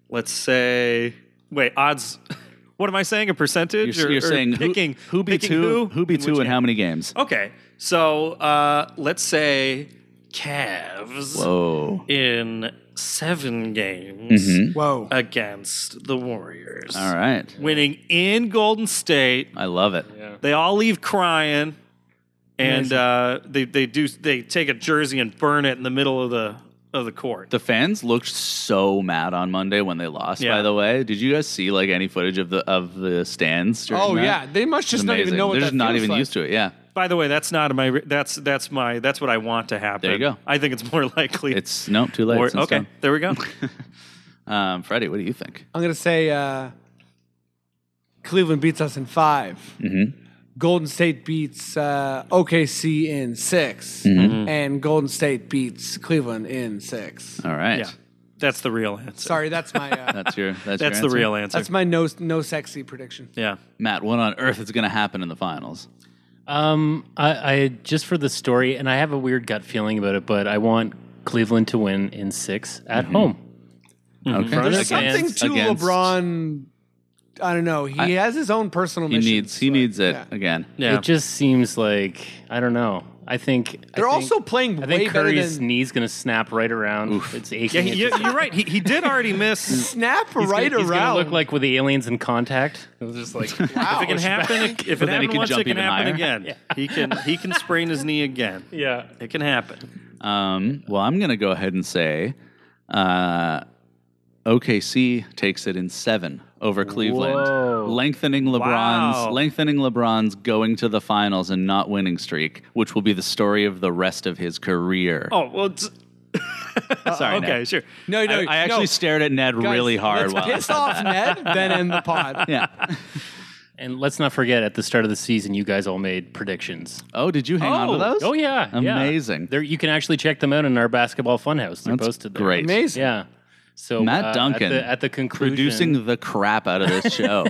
[SPEAKER 7] let's say wait odds. [LAUGHS] What am I saying? A percentage?
[SPEAKER 5] You're,
[SPEAKER 7] or,
[SPEAKER 5] you're
[SPEAKER 7] or
[SPEAKER 5] saying who-
[SPEAKER 7] picking
[SPEAKER 5] who, beats
[SPEAKER 7] picking
[SPEAKER 5] who,
[SPEAKER 7] who?
[SPEAKER 5] who beats
[SPEAKER 7] which
[SPEAKER 5] who, and
[SPEAKER 7] game?
[SPEAKER 5] how many games?
[SPEAKER 7] Okay, so uh, let's say Cavs
[SPEAKER 6] Oh.
[SPEAKER 5] Whoa.
[SPEAKER 7] in seven games
[SPEAKER 6] Whoa.
[SPEAKER 7] against the Warriors,
[SPEAKER 5] Mm-hmm. All right.
[SPEAKER 7] winning in Golden State.
[SPEAKER 5] I love it.
[SPEAKER 7] They all leave crying, and uh, they they do they take a jersey and burn it in the middle of the of the court.
[SPEAKER 5] The fans looked so mad on Monday when they lost.
[SPEAKER 7] Yeah.
[SPEAKER 5] By the way, did you guys see like any footage of the of the stands? during
[SPEAKER 6] oh
[SPEAKER 5] that?
[SPEAKER 6] yeah, they must just not even
[SPEAKER 5] Amazing.
[SPEAKER 6] know what
[SPEAKER 5] They're
[SPEAKER 6] that
[SPEAKER 5] just not
[SPEAKER 6] feels
[SPEAKER 5] even
[SPEAKER 6] like.
[SPEAKER 5] used to it. Yeah,
[SPEAKER 7] By the way, that's not my that's that's my that's what I want to happen.
[SPEAKER 5] There you go.
[SPEAKER 7] I think it's more [LAUGHS] likely.
[SPEAKER 5] it's nope. Too late.
[SPEAKER 7] more-
[SPEAKER 5] It's
[SPEAKER 7] okay,
[SPEAKER 5] done.
[SPEAKER 7] there we
[SPEAKER 5] [LAUGHS]
[SPEAKER 7] go.
[SPEAKER 5] Um, Freddie, what do you think?
[SPEAKER 6] I'm gonna say uh, Cleveland beats us in 5 Golden State beats uh, OKC in 6 and Golden State beats Cleveland in six.
[SPEAKER 5] All right.
[SPEAKER 7] yeah, that's the real answer.
[SPEAKER 6] Sorry, that's my uh,
[SPEAKER 5] That's your that's,
[SPEAKER 7] that's
[SPEAKER 5] your
[SPEAKER 7] the
[SPEAKER 5] answer?
[SPEAKER 7] real answer.
[SPEAKER 6] that's my no no sexy prediction.
[SPEAKER 7] yeah.
[SPEAKER 5] Matt, what on earth is going to happen in the finals?
[SPEAKER 4] Um, I, I just for the story, and I have a weird gut feeling about it, but I want Cleveland to win in six at home.
[SPEAKER 5] Okay.
[SPEAKER 4] There's
[SPEAKER 6] There's something
[SPEAKER 4] Against-
[SPEAKER 6] to LeBron. I don't know. He has his own personal
[SPEAKER 5] He
[SPEAKER 6] mission.
[SPEAKER 5] needs he needs it again.
[SPEAKER 7] Yeah.
[SPEAKER 4] It just seems like I don't know. I think I
[SPEAKER 6] They're
[SPEAKER 4] think-
[SPEAKER 6] also playing
[SPEAKER 4] I
[SPEAKER 6] way
[SPEAKER 4] think
[SPEAKER 6] better
[SPEAKER 4] Curry's
[SPEAKER 6] than
[SPEAKER 4] knee's gonna snap right around. It's
[SPEAKER 7] Yeah,
[SPEAKER 4] aching.
[SPEAKER 7] he-
[SPEAKER 4] It
[SPEAKER 7] you-
[SPEAKER 4] just-
[SPEAKER 7] you're right. He, he did
[SPEAKER 5] [LAUGHS]
[SPEAKER 7] already miss.
[SPEAKER 6] snap right
[SPEAKER 4] he's
[SPEAKER 6] around.
[SPEAKER 4] gonna look like with the aliens in contact. It was just like
[SPEAKER 7] If it can happen, if it
[SPEAKER 5] then he
[SPEAKER 7] happened
[SPEAKER 5] can
[SPEAKER 7] once,
[SPEAKER 5] jump
[SPEAKER 7] it can
[SPEAKER 5] even
[SPEAKER 7] happen
[SPEAKER 5] higher. [LAUGHS]
[SPEAKER 7] again. He can he can sprain his knee again.
[SPEAKER 4] yeah.
[SPEAKER 7] It can happen.
[SPEAKER 5] Um, well, I'm going to go ahead and say uh, OKC takes it in seven over Cleveland,
[SPEAKER 4] Whoa.
[SPEAKER 5] lengthening LeBron's
[SPEAKER 7] Wow.
[SPEAKER 5] lengthening LeBron's going to the finals and not winning streak, which will be the story of the rest of his career.
[SPEAKER 7] Oh well. it's- uh,
[SPEAKER 5] Sorry,
[SPEAKER 7] okay,
[SPEAKER 5] Ned.
[SPEAKER 7] sure.
[SPEAKER 6] no, no.
[SPEAKER 5] I, I actually
[SPEAKER 6] no.
[SPEAKER 5] stared at Ned
[SPEAKER 6] Guys,
[SPEAKER 5] really hard.
[SPEAKER 6] Let's
[SPEAKER 5] While I
[SPEAKER 6] piss
[SPEAKER 5] said
[SPEAKER 6] off Ned, then
[SPEAKER 4] [LAUGHS]
[SPEAKER 6] end the pod.
[SPEAKER 5] Yeah.
[SPEAKER 4] And let's not forget at the start of the season, you guys all made predictions.
[SPEAKER 5] Oh, did you hang on to those?
[SPEAKER 4] Oh yeah, yeah.
[SPEAKER 5] Amazing.
[SPEAKER 4] There, you can actually check them out in our basketball funhouse. They're
[SPEAKER 5] That's
[SPEAKER 4] posted there.
[SPEAKER 5] Great.
[SPEAKER 6] Amazing.
[SPEAKER 4] Yeah. So
[SPEAKER 5] Matt
[SPEAKER 4] uh, at
[SPEAKER 5] Duncan,
[SPEAKER 4] the, at the conclusion,
[SPEAKER 5] Producing the crap out of this show.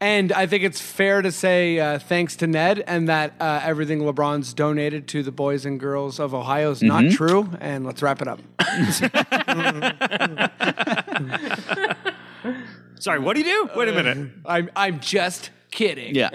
[SPEAKER 6] And I think it's fair to say uh, thanks to Ned and that uh, everything LeBron's donated to the boys and girls of Ohio is
[SPEAKER 7] Mm-hmm.
[SPEAKER 6] not true. And let's wrap
[SPEAKER 7] [LAUGHS]
[SPEAKER 6] it up.
[SPEAKER 7] Sorry, what do you do? Wait a minute.
[SPEAKER 6] I'm I'm just kidding.
[SPEAKER 7] [LAUGHS]
[SPEAKER 5] yeah.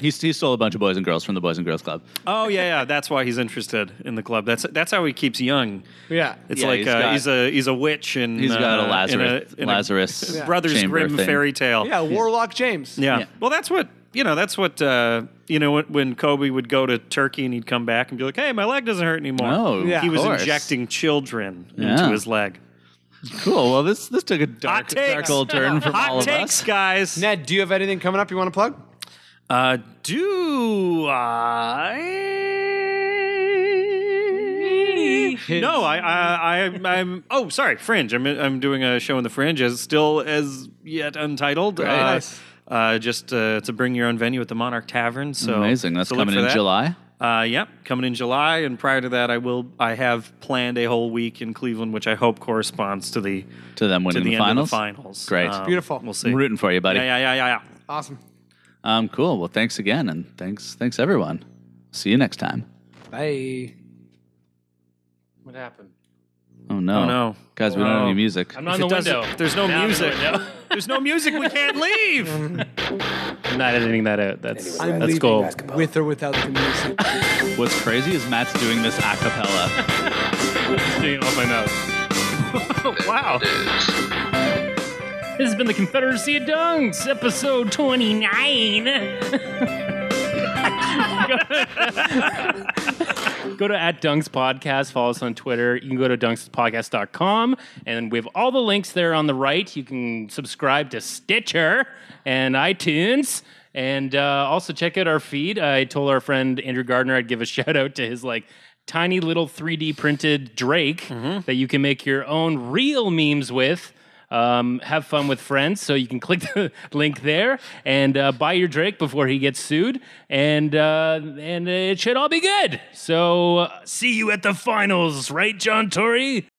[SPEAKER 5] He, he stole a bunch of boys and girls from the Boys and Girls Club.
[SPEAKER 7] Oh yeah, yeah. That's why he's interested in the club. That's that's how he keeps young.
[SPEAKER 6] yeah.
[SPEAKER 7] It's
[SPEAKER 5] Yeah,
[SPEAKER 7] like
[SPEAKER 5] he's
[SPEAKER 7] uh,
[SPEAKER 5] got-
[SPEAKER 7] he's a he's a witch and
[SPEAKER 5] He's got a
[SPEAKER 7] uh, in
[SPEAKER 5] Lazarus,
[SPEAKER 7] in
[SPEAKER 5] Lazarus
[SPEAKER 7] Brothers
[SPEAKER 5] chamber
[SPEAKER 7] Grimm
[SPEAKER 5] thing.
[SPEAKER 7] fairy tale.
[SPEAKER 6] Yeah, Warlock James.
[SPEAKER 7] yeah.
[SPEAKER 5] Yeah.
[SPEAKER 7] Well, that's what you know. That's what uh, you know. When, when Kobe would go to Turkey and he'd come back and be like, "Hey, my leg doesn't hurt anymore."
[SPEAKER 5] Oh,
[SPEAKER 6] Yeah.
[SPEAKER 7] he
[SPEAKER 5] of
[SPEAKER 7] was
[SPEAKER 5] course.
[SPEAKER 7] injecting children
[SPEAKER 5] Yeah.
[SPEAKER 7] into his leg.
[SPEAKER 5] Cool. Well, this this took a dark,
[SPEAKER 7] Hot takes.
[SPEAKER 5] dark old turn from
[SPEAKER 7] Hot
[SPEAKER 5] all of
[SPEAKER 7] takes,
[SPEAKER 5] us.
[SPEAKER 7] guys.
[SPEAKER 6] Ned, do you have anything coming up you want to plug?
[SPEAKER 7] Uh, do I? No, I, I, I, I'm. Oh, sorry, Fringe. I'm, I'm doing a show in the Fringe, as still as yet untitled. Uh,
[SPEAKER 6] Nice.
[SPEAKER 7] uh, just uh, to bring your own venue at the Monarch Tavern. So
[SPEAKER 5] Amazing. That's
[SPEAKER 7] so look
[SPEAKER 5] coming
[SPEAKER 7] for
[SPEAKER 5] in
[SPEAKER 7] that.
[SPEAKER 5] July.
[SPEAKER 7] Uh, yep, coming in July. And prior to that, I will. I have planned a whole week in Cleveland, which I hope corresponds to the
[SPEAKER 5] To them
[SPEAKER 7] to
[SPEAKER 5] winning
[SPEAKER 7] the,
[SPEAKER 5] the
[SPEAKER 7] end
[SPEAKER 5] finals.
[SPEAKER 7] of the finals. Um, Uh,
[SPEAKER 5] Great.
[SPEAKER 6] Beautiful.
[SPEAKER 7] We'll see.
[SPEAKER 5] I'm rooting for you, buddy.
[SPEAKER 7] Yeah, yeah, yeah, yeah, yeah.
[SPEAKER 6] Awesome.
[SPEAKER 5] Um, cool. Well, thanks again, and thanks thanks everyone. See you next time.
[SPEAKER 6] Bye.
[SPEAKER 1] What happened?
[SPEAKER 5] Oh no.
[SPEAKER 7] Oh, no.
[SPEAKER 5] Guys, we don't have
[SPEAKER 7] Oh.
[SPEAKER 5] any music.
[SPEAKER 4] I'm not
[SPEAKER 7] If
[SPEAKER 4] in
[SPEAKER 7] it
[SPEAKER 4] the
[SPEAKER 7] doesn't-
[SPEAKER 4] window.
[SPEAKER 7] there's no
[SPEAKER 4] Now I'm in the
[SPEAKER 7] music.
[SPEAKER 4] window.
[SPEAKER 7] There's no music. We can't leave.
[SPEAKER 4] I'm not editing that out. That's
[SPEAKER 2] Anyway,
[SPEAKER 6] I'm
[SPEAKER 4] that's
[SPEAKER 6] leaving
[SPEAKER 4] cool.
[SPEAKER 2] basketball.
[SPEAKER 6] with or without the music.
[SPEAKER 5] What's crazy is Matt's doing this a cappella.
[SPEAKER 4] Doing it off my mouth. [LAUGHS] wow. This has been the Confederacy of Dungs, episode 29. [LAUGHS] go to at Dunks Podcast, follow us on Twitter. You can go to dunkspodcast.com, and we have all the links there on the right. You can subscribe to Stitcher and iTunes. And uh, also check out our feed. I told our friend Andrew Gardner I'd give a [LAUGHS] shout out to his like tiny little 3D printed Drake that you can make your own real memes with. Um, have fun with friends. So you can click [LAUGHS] the link there and uh, buy your Drake before he gets sued. And uh, and it should all be good. So uh, see you at the finals, right, John Tory?